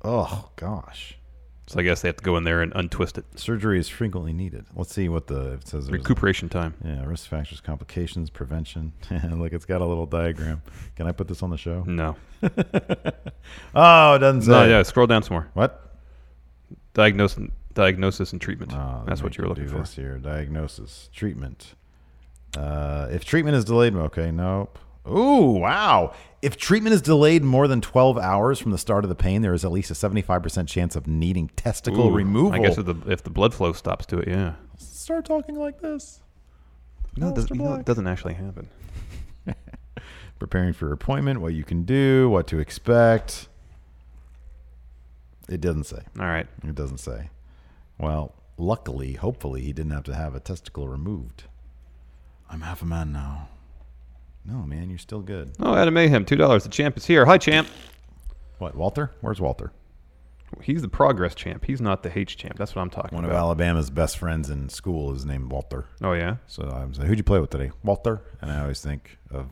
S6: oh gosh.
S7: So I guess they have to go in there and untwist it.
S6: Surgery is frequently needed. Let's see what the it says. there's-
S7: Recuperation time.
S6: Yeah, risk factors, complications, prevention. Look, it's got a little diagram. Can I put this on the show?
S7: No.
S6: Oh, it doesn't say.
S7: Mm. No. Yeah. Scroll down some more.
S6: What?
S7: Diagnose, diagnosis and treatment.
S6: Oh,
S7: that's what you
S6: are
S7: were looking for.
S6: This here, diagnosis, treatment. Uh, if treatment is delayed, okay, nope. Ooh, wow. If treatment is delayed more than 12 hours from the start of the pain, there is at least a 75% chance of needing testicle
S7: Ooh,
S6: removal.
S7: I guess if the if the blood flow stops to it, yeah.
S6: Start talking like this.
S7: No, it doesn't,
S6: Mr.
S7: you know,
S6: Black.
S7: it doesn't actually happen.
S6: preparing for your appointment, what you can do, what to expect. It doesn't say.
S7: All right.
S6: It doesn't say. Well, luckily, hopefully, he didn't have to have a testicle removed. I'm half a man now. No, man, you're still good.
S7: Oh, Adam Mayhem, two dollars. The champ is here. Hi, champ.
S6: What, Walter? Where's Walter?
S7: He's the progress champ. He's not the H champ. That's what I'm talking
S6: One of
S7: about.
S6: Alabama's best friends in school is named Walter.
S7: Oh yeah.
S6: So I'm saying, who'd you play with today? Walter. And I always think of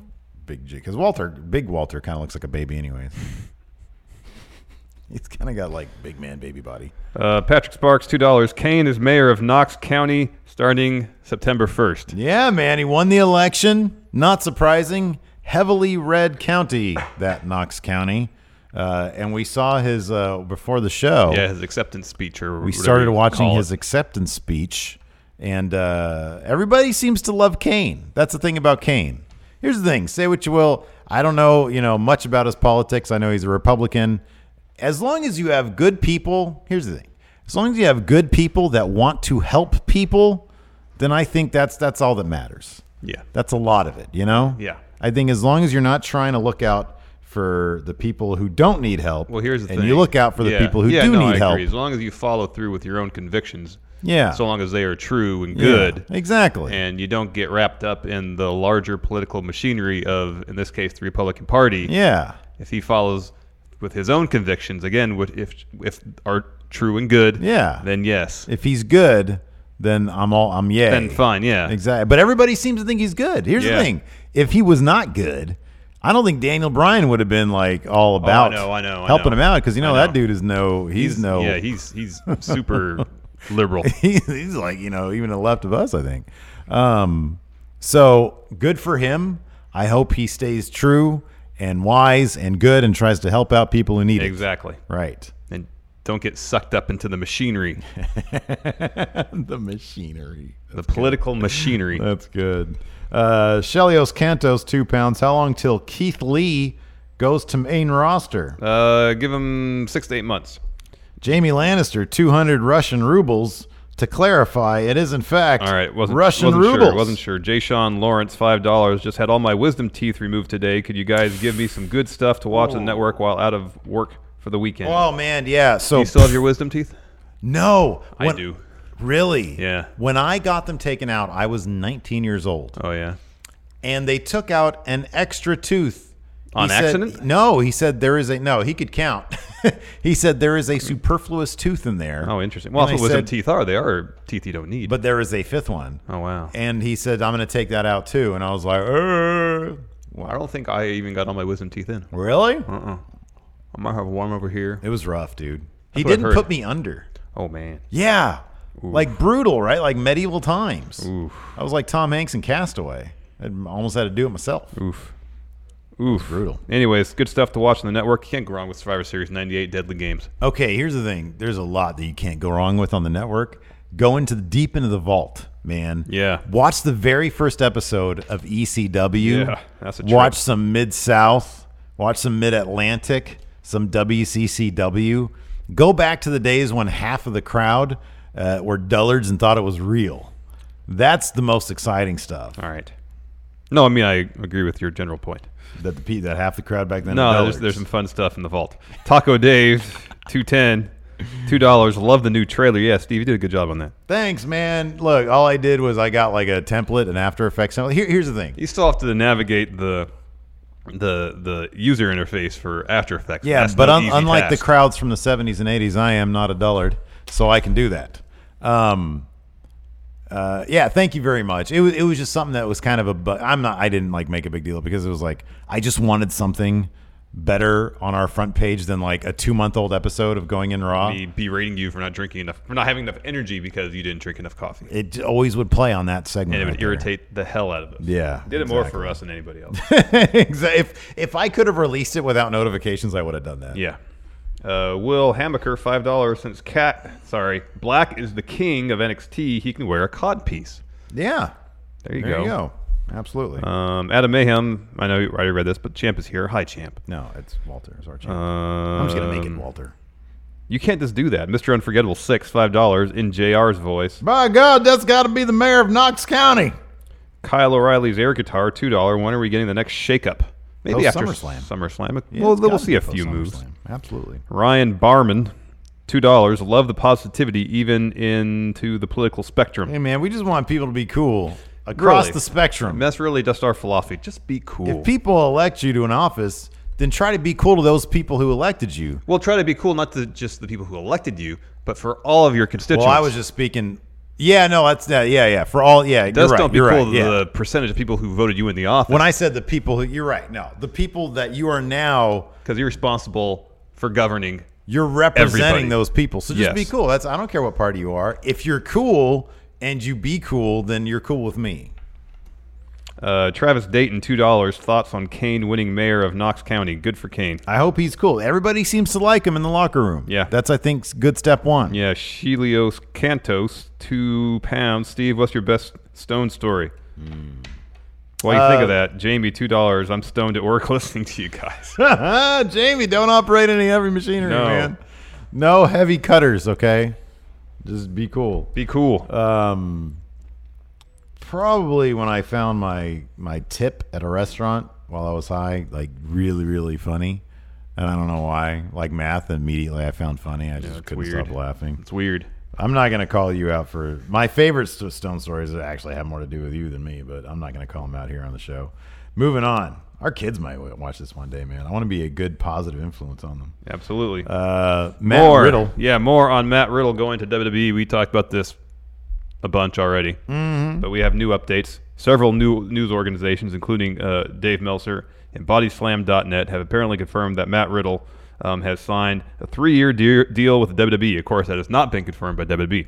S6: Big G. Because Walter, Big Walter, kind of looks like a baby, anyways. He's kind of got like big man baby body.
S7: Uh, Patrick Sparks, two dollars. Kane is mayor of Knox County starting September first.
S6: Yeah, man, he won the election. Not surprising. Heavily red county, that Knox County. Uh, and we saw his uh, before the show.
S7: Yeah, his acceptance speech or
S6: we
S7: whatever
S6: started
S7: you
S6: watching
S7: call
S6: his
S7: it.
S6: acceptance speech, and uh, everybody seems to love Kane. That's the thing about Kane. Here's the thing: say what you will. I don't know, you know, much about his politics. I know he's a Republican. As long as you have good people, here's the thing: as long as you have good people that want to help people, then I think that's that's all that matters.
S7: Yeah.
S6: That's a lot of it, you know?
S7: Yeah.
S6: I think as long as you're not trying to look out for the people who don't need help,
S7: Well, here's the
S6: and
S7: thing.
S6: you look out for the
S7: Yeah.
S6: people who
S7: Yeah,
S6: do
S7: no,
S6: need
S7: I
S6: help.
S7: Agree. As long as you follow through with your own convictions.
S6: Yeah.
S7: So long as they are true and
S6: Yeah,
S7: good.
S6: exactly.
S7: And you don't get wrapped up in the larger political machinery of, in this case, the Republican Party.
S6: yeah.
S7: If he follows with his own convictions, again, what if if are true and good.
S6: Yeah.
S7: Then yes.
S6: If he's good, then I'm all I'm yay.
S7: then fine. Yeah.
S6: Exactly. But everybody seems to think he's good. Here's
S7: Yeah.
S6: the thing. If he was not good, I don't think Daniel Bryan would have been like all about
S7: know, Oh, I know, I
S6: helping
S7: know.
S6: him out because you know,
S7: I
S6: that
S7: know.
S6: dude is no he's, no
S7: Yeah. He's he's super liberal.
S6: he's, he's like you know even to the left of us i think um so good for him i hope he stays true and wise and good and tries to help out people who need
S7: Exactly.
S6: it right
S7: And don't get sucked up into the machinery,
S6: the machinery
S7: the political machinery.
S6: that's good uh shelios cantos two pounds how long till keith lee goes to main roster
S7: Uh, give him six to eight months.
S6: jamie lannister 200 russian rubles to clarify, it is in fact
S7: All right, wasn't
S6: Russian
S7: wasn't
S6: rubles.
S7: Sure, wasn't sure. Jay Sean Lawrence, five dollars. Just had all my wisdom teeth removed today. Could you guys give me some good stuff to watch on the network while out of work for the weekend?
S6: Oh man, yeah. So
S7: Do you still have your wisdom teeth?
S6: no,
S7: I
S6: When-
S7: do.
S6: Really?
S7: Yeah.
S6: When I got them taken out, I was 19 years old,
S7: Oh yeah.
S6: and they took out an extra tooth. He
S7: On
S6: said-
S7: accident?
S6: no, he said there is a no. He could count. he said there is a superfluous tooth in there.
S7: Oh, interesting. Well,
S6: And
S7: that's
S6: I
S7: what wisdom
S6: said,
S7: teeth are. They are teeth you don't need.
S6: But there is a fifth one.
S7: oh wow.
S6: And he said, I'm going to take that out too. And I was like, "Uh,
S7: I don't think I even got all my wisdom teeth in.
S6: really?
S7: Uh-uh. I might have one over here.
S6: It was rough, dude. He
S7: what I've
S6: didn't
S7: heard.
S6: put me under.
S7: Oh man.
S6: Yeah. Like brutal, right? Like medieval times. I was like Tom Hanks in Castaway. I almost had to do it myself.
S7: Oof. Oof.
S6: brutal.
S7: Anyways, good stuff to watch on the network. You can't go wrong with Survivor Series 98 Deadly Games.
S6: Okay, here's the thing. There's a lot that you can't go wrong with on the network. Go into the deep into the vault, man.
S7: Yeah.
S6: Watch the very first episode of ECW.
S7: Yeah, that's a trip.
S6: Watch some Mid South. Watch some Mid Atlantic. Some WCCW. Go back to the days when half of the crowd uh, were dullards and thought it was real. That's the most exciting stuff.
S7: All right. No, I mean I agree with your general point.
S6: That the pe- that half the crowd back then. were
S7: No, there's,
S6: dullards.
S7: there's some fun stuff in the vault. Taco Dave, 210 $2. Love the new trailer. Yeah, Steve, you did a good job on that.
S6: Thanks, man. Look, all I did was I got like a template and After Effects. Now, Here, here's the thing.
S7: You still have to navigate the the the user interface for After Effects.
S6: Yeah,
S7: That's
S6: but
S7: no
S6: un-
S7: easy
S6: unlike the
S7: task.
S6: crowds from the 70s and 80s, I am not a dullard, so I can do that. Um, uh, yeah, thank you very much. It was it was just something that was kind of a bu- I'm not I didn't like make a big deal because it was like I just wanted something better on our front page than like a two month old episode of Going in Raw.
S7: me berating you for not drinking enough, for not having enough energy because you didn't drink enough coffee.
S6: It always would play on that segment.
S7: and it
S6: right
S7: would
S6: there.
S7: irritate the hell out of us.
S6: Yeah,
S7: Did it more for us than anybody else.
S6: Exa- if if I could have released it without notifications, I would have done that.
S7: yeah. Uh, Will Hammaker, $5 since Cat, sorry, Black is the king of NXT. He can wear a cod piece.
S6: Yeah.
S7: There you
S6: There
S7: go.
S6: you go. Absolutely.
S7: Um, Adam Mayhem, I know you already read this, but Champ is here. Hi, Champ. Uh,
S6: no, it's Walter. It's our channel. I'm just gonna make
S7: um,
S6: it Walter.
S7: You can't just do that. Mr. Unforgettable, six, five dollars in JR's voice.
S6: By God, that's got to be the mayor of Knox County.
S7: Kyle O'Reilly's air guitar, two dollar. When are we getting the next shakeup? Maybe
S6: Post
S7: after
S6: SummerSlam.
S7: SummerSlam. well, we'll see a few moves.
S6: Absolutely.
S7: Ryan Barman, two dollars. Love the positivity, even into the political spectrum.
S6: Hey man, we just want people to be cool across
S7: Really.
S6: the spectrum.
S7: And that's really just our philosophy. Just be cool.
S6: If people elect you to an office, then try to be cool to those people who elected you.
S7: well, try to be cool, not to just the people who elected you, but for all of your constituents.
S6: Well, I was just speaking. Yeah, no, that's that. Yeah, yeah. For all, yeah, you're
S7: Just
S6: right.
S7: don't be
S6: you're
S7: cool
S6: right,
S7: to
S6: yeah.
S7: the percentage of people who voted you in the office.
S6: When I said the people, who, you're right. No, the people that you are now,
S7: because you're responsible for governing.
S6: you're representing
S7: Everybody.
S6: those people. So
S7: Yes.
S6: just be cool. That's I don't care what party you are. If you're cool and you be cool, then you're cool with me.
S7: Uh, Travis Dayton, two dollars. Thoughts on Kane winning mayor of Knox County? Good for Kane.
S6: I hope he's cool. Everybody seems to like him in the locker room.
S7: Yeah.
S6: That's, I think, s- good step one.
S7: Yeah, Shelios Cantos, two pounds. Steve, what's your best stone story?
S6: Hmm.
S7: While you think of
S6: Uh,
S7: that, Jamie, two dollars. I'm stoned at work listening to you guys.
S6: Jamie, don't operate any heavy machinery,
S7: No.
S6: man. No heavy cutters, okay? Just be cool.
S7: Be cool.
S6: Um, probably when I found my my tip at a restaurant while I was high, like really really funny, and I don't know why. Like math, immediately I found funny. I just couldn't
S7: weird.
S6: stop laughing.
S7: it's weird.
S6: I'm not gonna call you out for my favorite st- Stone stories. That actually have more to do with you than me, but I'm not gonna call them out here on the show. Moving on. Our kids might wa- watch this one day, man. I want to be a good positive influence on them.
S7: Absolutely.
S6: Uh, Matt
S7: more.
S6: Riddle.
S7: Yeah, more on Matt Riddle going to WWE. We talked about this a bunch already, mm-hmm. but we have new updates. Several new news organizations, including uh, Dave Meltzer and Bodyslam.net, have apparently confirmed that Matt Riddle um, has signed a three-year de- deal with the WWE. Of course, that has not been confirmed by E. WWE.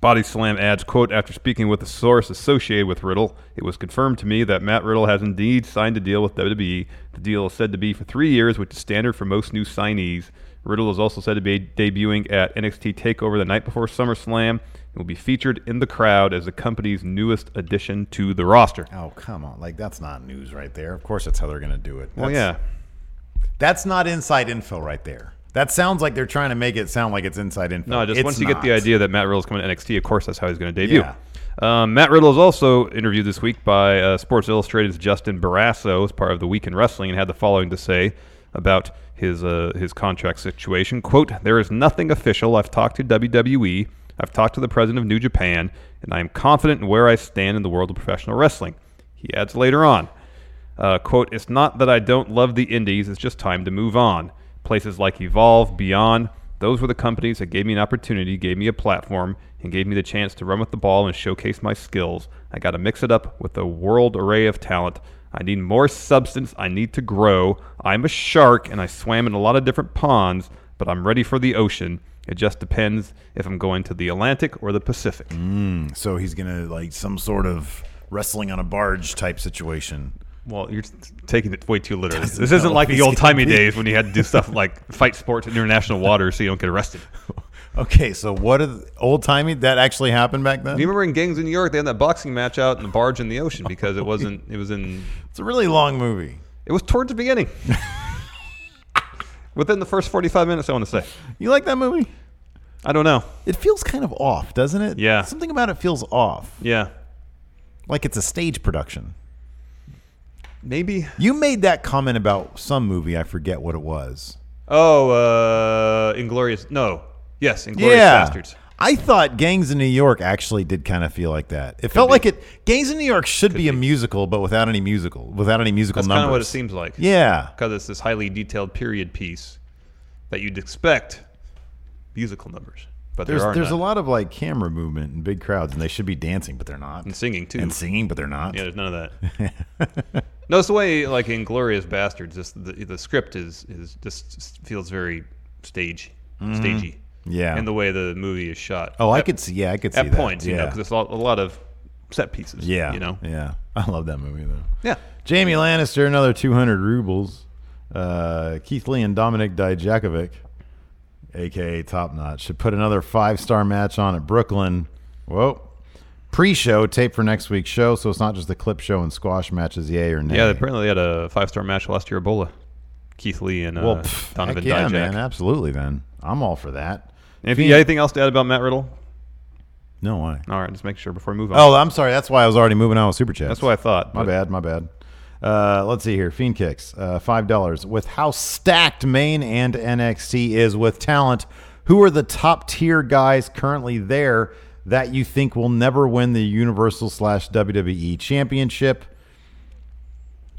S7: Body Slam adds, quote, after speaking with a source associated with Riddle, it was confirmed to me that Matt Riddle has indeed signed a deal with WWE. The deal is said to be for three years, which is standard for most new signees. Riddle is also said to be debuting at NXT TakeOver the night before SummerSlam and will be featured in the crowd as the company's newest addition to the roster.
S6: Oh come on! Like that's not news right there. Of course, that's how they're gonna do it.
S7: Well,
S6: That's-
S7: yeah.
S6: That's not inside info right there. That sounds like they're trying to make it sound like it's inside info.
S7: No, just
S6: It's
S7: once you get the
S6: not.
S7: idea that Matt Riddle's coming to NXT, of course that's how he's going to debut.
S6: Yeah.
S7: Um, Matt Riddle is also interviewed this week by uh, Sports Illustrated's Justin Barrasso as part of the Week in Wrestling, and had the following to say about his uh, his contract situation. "Quote: There is nothing official. I've talked to WWE. I've talked to the president of New Japan, and I am confident in where I stand in the world of professional wrestling." He adds later on. Uh, quote, it's not that I don't love the indies, it's just time to move on. Places like Evolve, Beyond, those were the companies that gave me an opportunity, gave me a platform, and gave me the chance to run with the ball and showcase my skills. I got to mix it up with a world array of talent. I need more substance. I need to grow. I'm a shark and I swam in a lot of different ponds, but I'm ready for the ocean. It just depends if I'm going to the Atlantic or the Pacific.
S6: So he's gonna like some sort of wrestling on a barge type situation.
S7: Well, you're t- taking it way too literally.
S6: Doesn't
S7: This isn't
S6: know
S7: like
S6: what
S7: the
S6: he's
S7: old timey
S6: gonna be.
S7: days when you had to do stuff like fight sports in international waters so you don't get arrested.
S6: Okay, so what are the, old timey that actually happened back
S7: Do you
S6: then?
S7: remember in gangs in New York they had that boxing match out in the barge in the ocean because it wasn't it was in
S6: It's a really long movie.
S7: it was towards the beginning. Within the first 45 minutes I want to say.
S6: You like that movie?
S7: I don't know.
S6: It feels kind of off, doesn't it?
S7: Yeah.
S6: Something about it feels off.
S7: Yeah.
S6: Like it's a stage production.
S7: Maybe
S6: You made that comment about some movie. I forget what it was.
S7: Oh, uh Inglorious No. Yes, Inglorious Bastards.
S6: I thought Gangs in New York actually did kind of feel like that. It felt like it. Gangs in New York should be, a musical, but without any musical, without any musical
S7: That's
S6: numbers.
S7: kind of what it seems like.
S6: Yeah.
S7: Because it's this highly detailed period piece that you'd expect musical numbers. But
S6: There's
S7: there are
S6: there's
S7: none.
S6: a lot of like camera movement and big crowds, and they should be dancing, but they're not.
S7: and singing too.
S6: And singing, but they're not.
S7: yeah, there's none of that. no, it's the way like in *Glorious Bastards*, just the the script is is just feels very stage, stagey.
S6: Mm-hmm. Yeah.
S7: And the way the movie is shot.
S6: oh, I
S7: At-
S6: could see. Yeah, I could see
S7: at
S6: that.
S7: points, you know,
S6: yeah.
S7: because it's a lot, a lot of set pieces.
S6: yeah,
S7: You know.
S6: yeah. I love that movie though.
S7: Yeah.
S6: Jamie Lannister, another 200 rubles. Uh, Keith Lee and Dominic Dijakovic, aka Top Knot, should put another five star match on at Brooklyn. Whoa. Pre show tape for next week's show, so it's not just the clip show and squash matches, yay or nay.
S7: Yeah. Apparently, they had a five star match last year, Ebola. Keith Lee and uh,
S6: well, pff,
S7: Donovan
S6: heck yeah,
S7: Dijak.
S6: man, absolutely. Then I'm all for that.
S7: If you got anything else to add about Matt Riddle,
S6: No way.
S7: all right, just make sure before we move on.
S6: Oh, I'm sorry. That's why I was already moving on with super chats.
S7: that's what I thought.
S6: My
S7: but-
S6: bad, my bad. Uh, let's see here. Fiend kicks uh, five dollars. With how stacked Maine and NXT is with talent, who are the top tier guys currently there that you think will never win the Universal slash WWE Championship?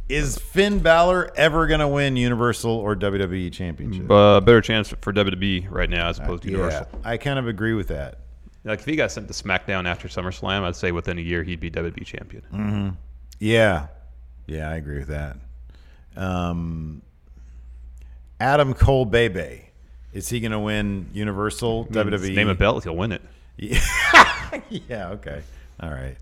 S6: Is Finn Balor ever going to win Universal or WWE Championship?
S7: Uh, better chance for WWE right now as opposed to
S6: yeah,
S7: Universal.
S6: I kind of agree with that.
S7: Like if he got sent to SmackDown after SummerSlam, I'd say within a year he'd be WWE champion.
S6: Mm. Yeah. Yeah, I agree with that. Um, Adam Cole Bebe. Is he going to win Universal WWE?
S7: Name a belt, he'll win it.
S6: Yeah, okay. All right.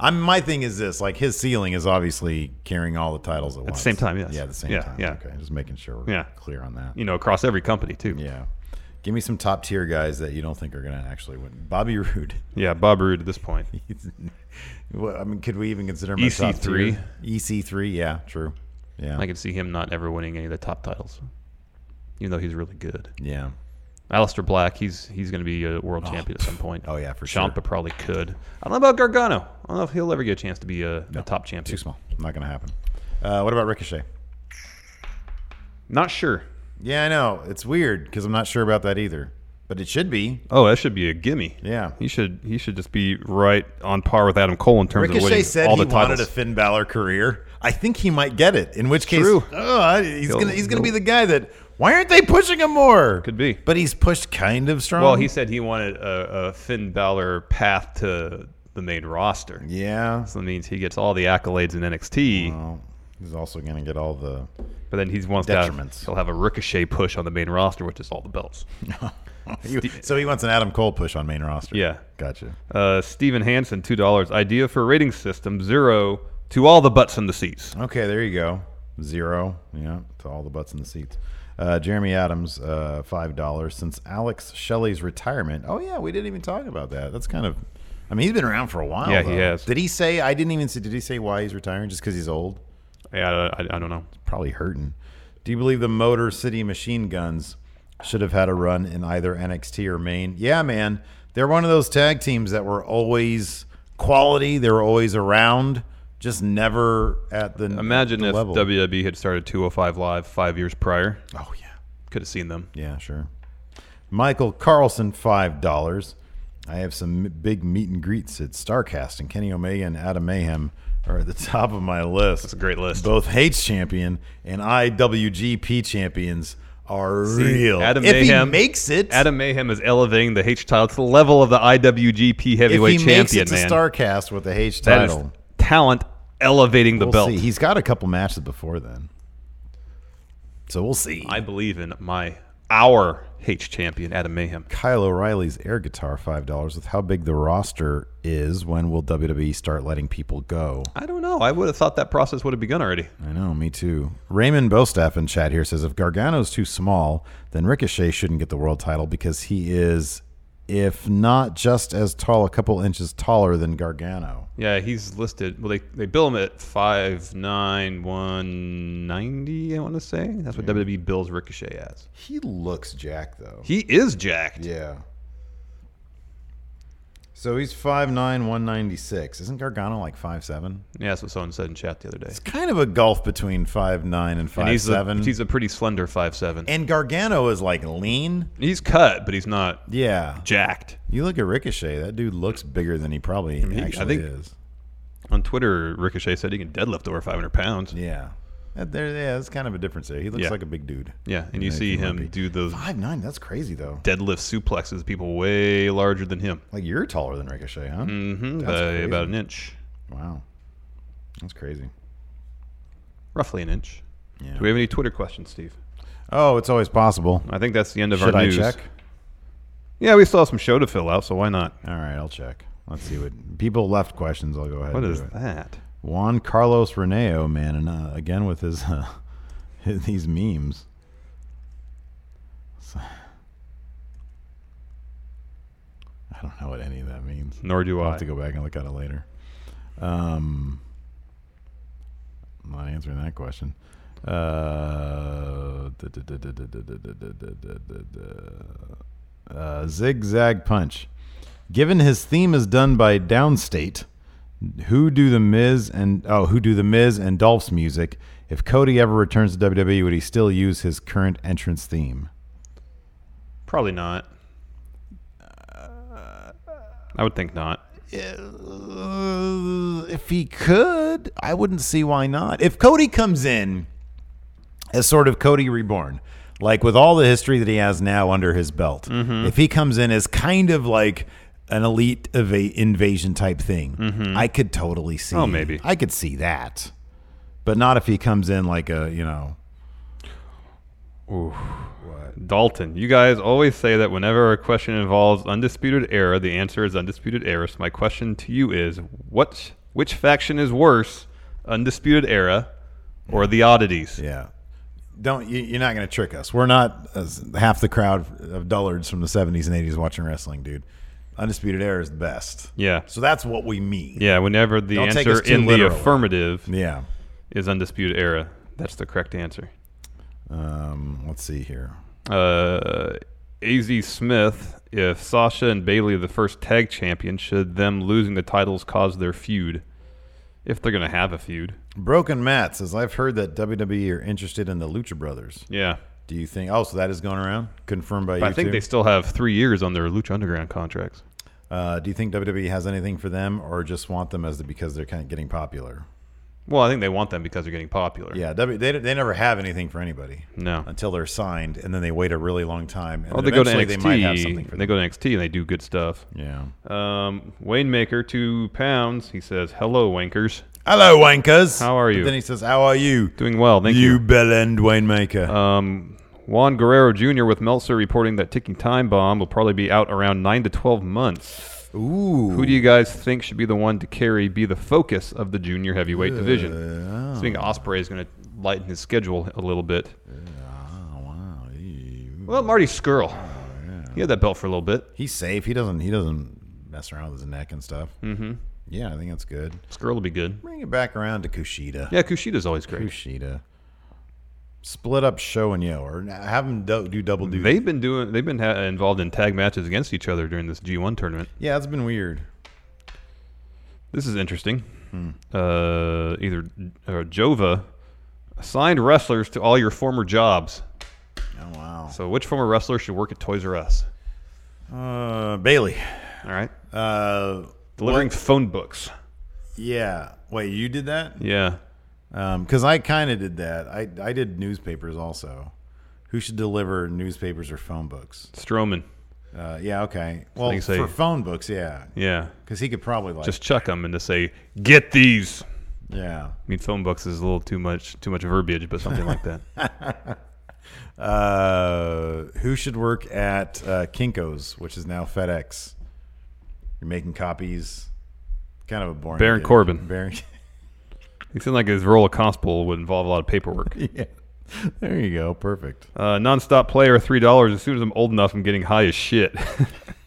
S6: I'm, my thing is this like his ceiling is obviously carrying all the titles at, once.
S7: same time, yes.
S6: Yeah, at the same
S7: Yeah,
S6: time.
S7: yeah.
S6: Okay. Just making sure we're
S7: Yeah.
S6: clear on that.
S7: You know, across every company too.
S6: Yeah. Give me some top tier guys that you don't think are going to actually win. Bobby Roode.
S7: Yeah, Bob Roode at this point.
S6: He's- what, I mean, could we even consider
S7: E
S6: him a top
S7: EC3?
S6: tier? EC3, yeah, true. Yeah.
S7: I can see him not ever winning any of the top titles, even though he's really good.
S6: yeah.
S7: Alistair Black, he's he's going to be a world champion at some point.
S6: Oh, yeah, for
S7: Ciampa
S6: sure.
S7: probably could. I don't know about Gargano. I don't know if he'll ever get a chance to be a, a top champion.
S6: Too small. Not going to happen. Uh, what about Ricochet?
S7: Not sure.
S6: Yeah, I know. It's weird because I'm not sure about that either. But it should be.
S7: Oh, that should be a gimme.
S6: Yeah.
S7: he should he should just be right on par with Adam Cole in terms of
S6: Ricochet
S7: winning
S6: said
S7: all
S6: he
S7: the titles.
S6: wanted a Finn Balor career. I think he might get it. In which case,
S7: True.
S6: oh, I- he's
S7: He'll-
S6: gonna he's gonna be
S7: he'll-
S6: the guy that. Why aren't they pushing him more?
S7: Could be.
S6: But he's pushed kind of strong.
S7: Well, he said he wanted a, a Finn Balor path to the main roster.
S6: yeah.
S7: So that means he gets all the accolades in NXT,
S6: Well, he's also gonna get all the.
S7: but then he wants to have,
S6: Detriments.
S7: he'll have a ricochet push on the main roster, which is all the belts.
S6: so he wants an Adam Cole push on main roster.
S7: Yeah.
S6: Gotcha.
S7: Uh, Steven Hansen, two dollars. Idea for rating system zero to all the butts in the seats.
S6: Okay, there you go. Zero. Yeah, to all the butts in the seats. Uh, Jeremy Adams, uh, five dollars. Since Alex Shelley's retirement. Oh yeah, we didn't even talk about that. That's kind of. I mean, he's been around for a while.
S7: Yeah, he
S6: though.
S7: has.
S6: Did he say? I didn't even see. Did he say why he's retiring? Just because he's old?
S7: Yeah, I, I, I don't know.
S6: Probably hurting. Do you believe the Motor City Machine Guns should have had a run in either NXT or Maine. Yeah, man. They're one of those tag teams that were always quality. They were always around, just never at the
S7: Imagine
S6: the
S7: if
S6: level.
S7: WWE had started 205 Live five years prior.
S6: Oh yeah.
S7: Could have seen them.
S6: Yeah, sure. Michael Carlson, five dollars. I have some m- big meet and greets at Starcast, and Kenny Omega and Adam Mayhem are at the top of my list. That's
S7: a great list.
S6: Both Hates champion and IWGP champions are real.
S7: Adam
S6: if
S7: Mayhem
S6: he makes it,
S7: Adam Mayhem is elevating the H title to the level of the IWGP
S6: if he
S7: Heavyweight
S6: makes
S7: Champion.
S6: it to
S7: man,
S6: Starcast with the H
S7: that is
S6: title,
S7: talent elevating the
S6: we'll
S7: belt.
S6: see. He's got a couple matches before then, so we'll see.
S7: I believe in my our H champion Adam Mayhem.
S6: Kyle O'Reilly's air guitar five dollars with how big the roster is. When will WWE start letting people go?
S7: I don't know. I would have thought that process would have begun already.
S6: I know, me too. Raymond Bostaff in chat here says if Gargano's too small, then Ricochet shouldn't get the world title because he is, if not just as tall, a couple inches taller than Gargano.
S7: Yeah, he's listed. Well, they they bill him at five nine one ninety. I want to say that's what WWE bills Ricochet as.
S6: He looks jacked though.
S7: He is jacked.
S6: Yeah. So he's five nine, one ninety six. Isn't Gargano like five seven?
S7: Yeah, that's what someone said in chat the other day.
S6: It's kind of a gulf between five nine and
S7: And
S6: five
S7: he's
S6: seven.
S7: a he's a pretty slender five seven.
S6: And Gargano is like lean.
S7: He's cut, but he's not
S6: Yeah.
S7: jacked.
S6: You look at Ricochet, that dude looks bigger than he probably
S7: he- I
S6: actually
S7: think-
S6: is.
S7: On Twitter, Ricochet said he can deadlift over 500 pounds. Yeah,
S6: Yeah. That there, yeah, that's kind of a difference there. He looks
S7: Yeah.
S6: like a big dude.
S7: and you see him do those
S6: Five nine, that's crazy though.
S7: deadlift suplexes, people way larger than him.
S6: Like you're taller than Ricochet, huh?
S7: Mm-hmm,
S6: Hmm, That's
S7: by
S6: crazy.
S7: about an inch,
S6: Wow. That's crazy.
S7: roughly an inch.
S6: Yeah.
S7: Do we have any Twitter questions, Steve?
S6: Oh, it's always possible.
S7: I think that's the end of
S6: Should
S7: our
S6: I
S7: news.
S6: check?
S7: Yeah, we still have some show to fill out, so why not?
S6: All right, I'll check. Let's see what people left questions. I'll go ahead.
S7: What
S6: and
S7: is
S6: do it.
S7: that?
S6: Juan Carlos Reneo, man, and uh, again with his, uh, his these memes. So- I don't know what any of that means.
S7: Nor do
S6: I'll
S7: I.
S6: have to go back and look at it later. Um, I'm not answering that question. Uh, da- da- da- da- da- da- da- da- da- da- da- da- uh, zigzag punch. Given his theme is done by Downstate, who do the Miz and oh, who do the Miz and Dolph's music? If Cody ever returns to WWE, would he still use his current entrance theme?
S7: Probably not. I would think not.
S6: Uh, if he could, I wouldn't see why not. If Cody comes in as sort of Cody Reborn, like with all the history that he has now under his belt,
S7: Mm-hmm.
S6: if he comes in as kind of like an elite eva- invasion type thing, I could totally see.
S7: Mm-hmm. Oh, maybe.
S6: I could see that, but not if he comes in like a you know.
S7: Dalton, you guys always say that whenever a question involves undisputed era, the answer is undisputed era. So my question to you is, what which faction is worse, undisputed era or the oddities?
S6: Yeah. Don't you, you're not going to trick us. We're not as half the crowd of dullards from the 70s and 80s watching wrestling, dude. Undisputed Era is the best.
S7: Yeah.
S6: So that's what we mean.
S7: Yeah, whenever the
S6: Don't take
S7: answer
S6: us too
S7: in the
S6: literally.
S7: affirmative
S6: Yeah.
S7: is undisputed era, that's the correct answer.
S6: Um, let's see here.
S7: Uh, AZ Smith, if Sasha and Bailey are the first tag champion, should them losing the titles cause their feud? If they're going to have a feud.
S6: Broken Matt says, I've heard that WWE are interested in the Lucha Brothers.
S7: Yeah.
S6: Do you think? Oh, so that is going around? Confirmed by
S7: But
S6: you.
S7: I think
S6: too?
S7: they still have three years on their Lucha Underground contracts.
S6: uh, do you think WWE has anything for them or just want them as the, because they're kind of getting popular?
S7: Well, I think they want them because they're getting popular.
S6: Yeah, w, they, they never have anything for anybody
S7: No.
S6: until they're signed, and then they wait a really long time. And
S7: Well,
S6: then
S7: Oh. they go to
S6: eventually
S7: NXT.
S6: They
S7: They,
S6: might have something for them.
S7: go to NXT and they do good stuff.
S6: Yeah.
S7: Um, Wayne Maker, two pounds. He says, "Hello, wankers.
S6: Hello, wankers.
S7: How are you?
S6: But then he says, "How are you?"
S7: Doing well. Thank you."
S6: you bellend Wayne Maker.
S7: Um, Juan Guerrero Jr. with Meltzer reporting that ticking time bomb will probably be out around nine to twelve months.
S6: Ooh.
S7: Who do you guys think should be the one to carry, be the focus of the junior heavyweight division? Speaking of Osprey, is going to lighten his schedule a little bit. Well, Marty Skrull, he had that belt for a little bit.
S6: He's safe. He doesn't. He doesn't mess around with his neck and stuff. Mm-hmm. Yeah, I think that's good.
S7: Skrull will be good.
S6: Bring it back around to Kushida.
S7: Yeah, Kushida's always great.
S6: Kushida. Split up show and yo, or have them do, do double duty.
S7: They've been doing. They've been ha- involved in tag matches against each other during this G1 tournament.
S6: yeah, it's been weird.
S7: This is interesting. Uh, either or Jova assigned wrestlers to all your former jobs.
S6: Oh wow.
S7: So, which former wrestler should work at Toys R Us?
S6: Uh, Bailey.
S7: All right,
S6: Uh,
S7: delivering phone books.
S6: yeah. Wait, you did that?
S7: Yeah,
S6: because Um, I kind of did that. I I did newspapers also. Who should deliver newspapers or phone books?
S7: Strowman.
S6: Uh, yeah, okay. Well,
S7: you say-
S6: for phone books, yeah,
S7: Yeah,
S6: because he could probably like
S7: just chuck them and to say, "Get these."
S6: yeah.
S7: I mean, phone books is a little too much, too much verbiage, but something like that.
S6: Uh, who should work at uh, Kinkos, which is now FedEx? You're making copies. Kind of a boring.
S7: Baron
S6: gig.
S7: Corbin.
S6: Baron.
S7: It seemed like his role of constable would involve a lot of paperwork.
S6: yeah. There you go. Perfect.
S7: Uh, nonstop player, three dollars. As soon as I'm old enough, I'm getting high as shit.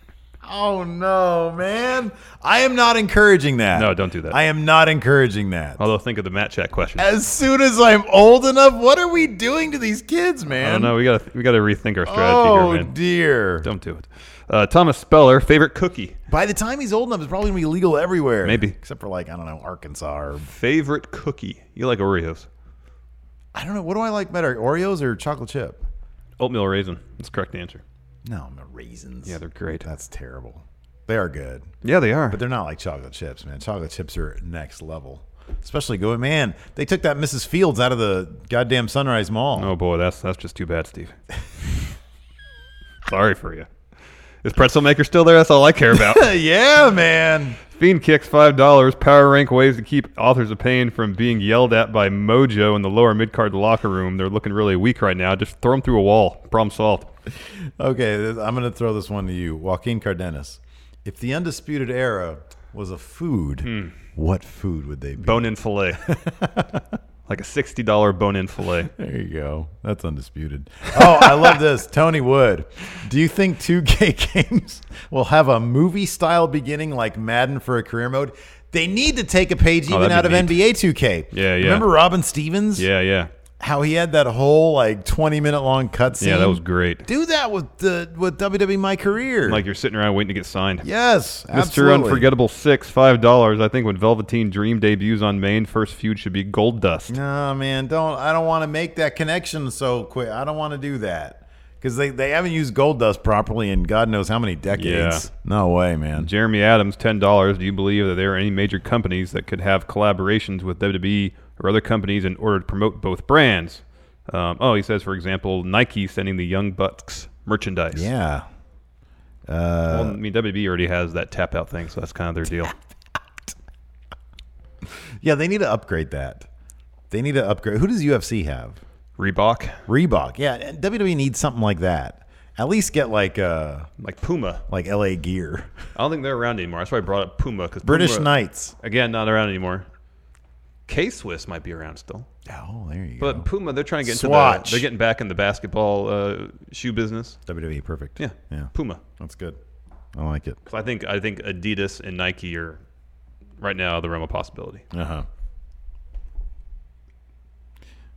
S6: Oh no, man! I am not encouraging that.
S7: No, don't do that.
S6: I am not encouraging that.
S7: Although, think of the Matt Chat question.
S6: as soon as I'm old enough. What are we doing to these kids, man?
S7: I don't know. Oh, We gotta, we gotta rethink our strategy
S6: Oh
S7: here, man.
S6: dear!
S7: Don't do it. Uh, Thomas Speller, favorite cookie.
S6: By the time he's old enough, it's probably gonna be legal everywhere.
S7: Maybe.
S6: except for like I don't know Arkansas. Or,
S7: Favorite cookie. You like Oreos?
S6: I don't know. What do I like better, Oreos or chocolate chip?
S7: Oatmeal raisin. That's the correct answer. Uh,
S6: No, I'm not raisins.
S7: Yeah, they're great.
S6: That's terrible. They are good,
S7: Yeah, they are.
S6: but they're not like chocolate chips, man. Chocolate chips are next level. Especially going, man. They took that Mrs. Fields out of the goddamn Sunrise Mall.
S7: Oh boy, that's that's just too bad, Steve. Sorry for you. Is Pretzel Maker still there? That's all I care about.
S6: yeah, man.
S7: Fiend kicks five dollars. Power rank ways to keep authors of pain from being yelled at by Mojo in the lower mid card locker room. They're looking really weak right now. Just throw them through a wall. Problem solved.
S6: Okay, this, I'm going to throw this one to you, Joaquin Cardenas. If the Undisputed Era was a food, what food would they be?
S7: Hmm. Bone in fillet. like a sixty dollar bone in fillet.
S6: There you go. That's undisputed. Oh, I love this. Tony Wood. Do you think 2K games will have a movie style beginning like Madden for a career mode? They need to take a page even
S7: Oh, that'd
S6: out of
S7: be
S6: NBA 2K.
S7: Yeah, yeah.
S6: Remember Robin Stevens?
S7: Yeah, yeah.
S6: How he had that whole like 20 minute long cutscene.
S7: Yeah, that was great.
S6: Do that with the with WWE My Career.
S7: Like you're sitting around waiting to get signed.
S6: yes,
S7: Mr.
S6: absolutely.
S7: Unforgettable six, five dollars. I think when Velveteen Dream debuts on Maine, first feud should be gold dust.
S6: No, man, don't. I don't want to make that connection so quick. I don't want to do that because they, they haven't used gold dust properly in God knows how many decades.
S7: Yeah.
S6: No way, man.
S7: Jeremy Adams, ten dollars. Do you believe that there are any major companies that could have collaborations with WWE or other companies in order to promote both brands? Um, oh, he says, for example, Nike sending the Young Bucks merchandise.
S6: Yeah.
S7: Well, I mean, WWE already has that tap out thing, so that's kind of their deal.
S6: Yeah, they need to upgrade that. They need to upgrade. Who does UFC have?
S7: Reebok,
S6: Reebok. Yeah, and WWE needs something like that. At least get like uh
S7: like Puma.
S6: like LA gear.
S7: I don't think they're around anymore. That's why I brought up Puma because
S6: British Knights.
S7: again not around anymore. K Swiss might be around still.
S6: Oh, there you
S7: But Puma, they're trying to get into the,
S6: Swatch.
S7: they're getting back in the basketball uh, shoe business.
S6: go. WWE E, perfect.
S7: Yeah,
S6: Yeah.
S7: Puma.
S6: That's good. I like it.
S7: 'Cause I think I think Adidas and Nike are right now the realm of possibility.
S6: Uh-huh.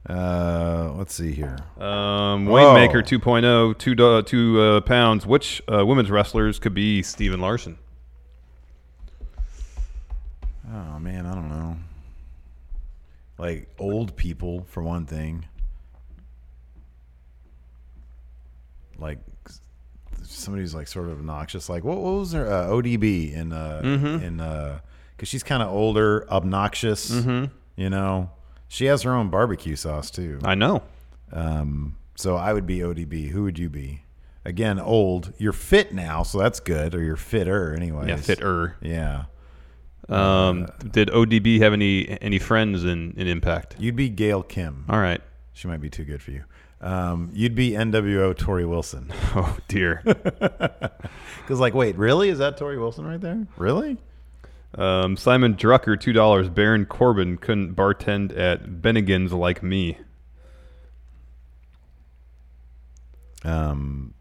S6: Uh, let's see here.
S7: Um,
S6: Whoa.
S7: Waymaker 2.0, two do- two uh, pounds. Which uh, women's wrestlers could be Steven Larson?
S6: Oh man, I don't know. Like old people for one thing. Like s- somebody who's like sort of obnoxious. Like what, what was her uh, ODB in uh in uh because she's kind of older, obnoxious. You know, she has her own barbecue sauce too.
S7: I know.
S6: Um, so I would be ODB. Who would you be? Again, old. You're fit now, so that's good. Or you're fitter, anyways.
S7: Yeah, fitter.
S6: Yeah.
S7: Um, did ODB have any any friends in, in Impact?
S6: You'd be Gail Kim.
S7: All right.
S6: She might be too good for you. Um, you'd be NWO Tori Wilson.
S7: Oh dear.
S6: Because, like, wait, really? Is that Tori Wilson right there? Really?
S7: um, Simon Drucker two dollars. Baron Corbin couldn't bartend at Bennigan's like me.
S6: Um,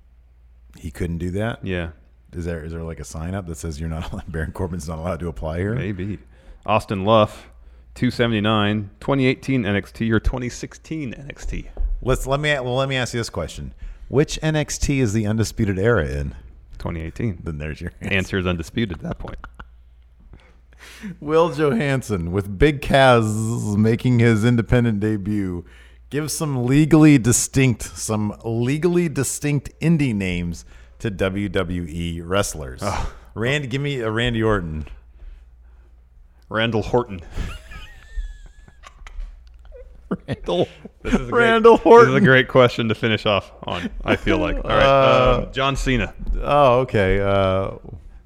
S6: he couldn't do that. Is
S7: Yeah.
S6: there is there like a sign up that says you're not allowed, Baron Corbin's not allowed to apply here?
S7: Maybe. Austin Luff, 279, 2018 NXT or 2016 NXT.
S6: Let's let me well, let me ask you this question: Which NXT is the undisputed era in?
S9: 2018. The
S6: Then there's your
S9: answer is undisputed at that point.
S6: Will Johansson with Big Kaz making his independent debut. Give some legally distinct, some legally distinct indie names to WWE wrestlers. Randy, give me a Randy Orton.
S9: Randall Horton. Randall. This is a
S6: Randall
S9: great,
S6: Horton.
S9: This is a great question to finish off on. I feel like. All right.
S6: Uh,
S9: um, John Cena.
S6: Oh, okay. Uh,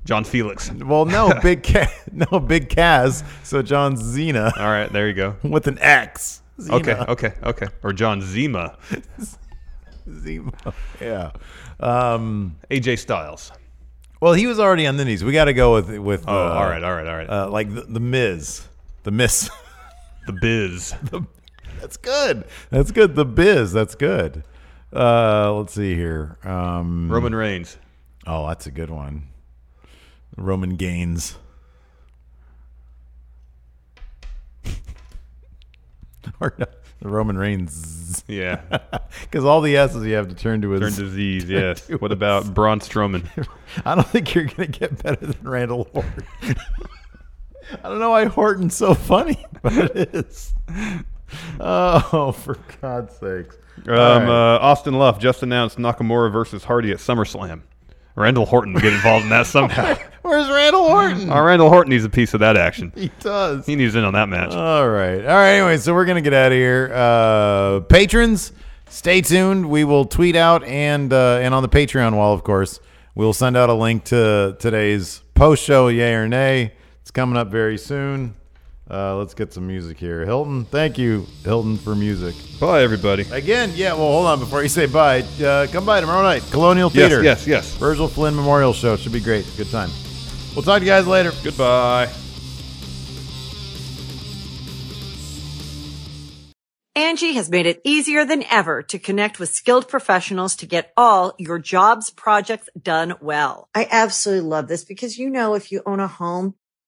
S9: John Felix. All
S6: well, no, Big Kaz. No, Big Kaz. So John Cena
S9: right. There you go.
S6: with an X. Cena.
S9: Okay. Okay. Okay. Or John Zima.
S6: Zemo. Yeah. Um,
S9: AJ Styles.
S6: well, he was already on the knees. We got to go with with.
S9: Oh, all right. All right. All right.
S6: uh, like the, the Miz, the Miss.
S9: the Biz.
S6: that's good. That's good. The Biz. That's good. Uh, let's see here. Um,
S9: Roman Reigns.
S6: Oh, that's a good one. Roman Gaines. or no, the Roman Reigns,
S9: Yeah.
S6: because all the S's you have to turn to is.
S9: Turn disease. Yes. What about Braun Strowman?
S6: I don't think you're gonna get better than Randall Orton. I don't know why Horton's so funny, but it is. Oh, for God's sakes!
S9: Um, uh, Austin Love just announced Nakamura versus Hardy at SummerSlam. Randall Horton will get involved in that somehow.
S6: Where's Randall Horton?
S9: Our Randall Horton needs a piece of that action.
S6: He does.
S9: He needs in on that match.
S6: All right. All right. Anyway, so we're going to get out of here. Uh, patrons, stay tuned. We will tweet out and uh, and on the Patreon wall, of course, we'll send out a link to today's post show, yay or nay. It's coming up very soon. Uh, let's get some music here. Hilton, thank you, Hilton, for music.
S9: Bye, everybody.
S6: Again, yeah, well, hold on. Before you say bye, uh, come by tomorrow night, Colonial Theater.
S9: Yes, yes, yes.
S6: Virgil Flynn Memorial Show. Should be great. Good time. We'll talk to you guys later.
S9: Goodbye.
S10: Angie has made it easier than ever to connect with skilled professionals to get all your jobs projects done well. I absolutely love this because, you know, if you own a home,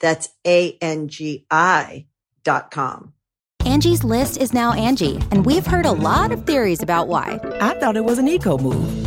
S10: That's A-N-G-I dot com.
S11: Angie's list is now Angie, and we've heard a lot of theories about why.
S8: I thought it was an eco move.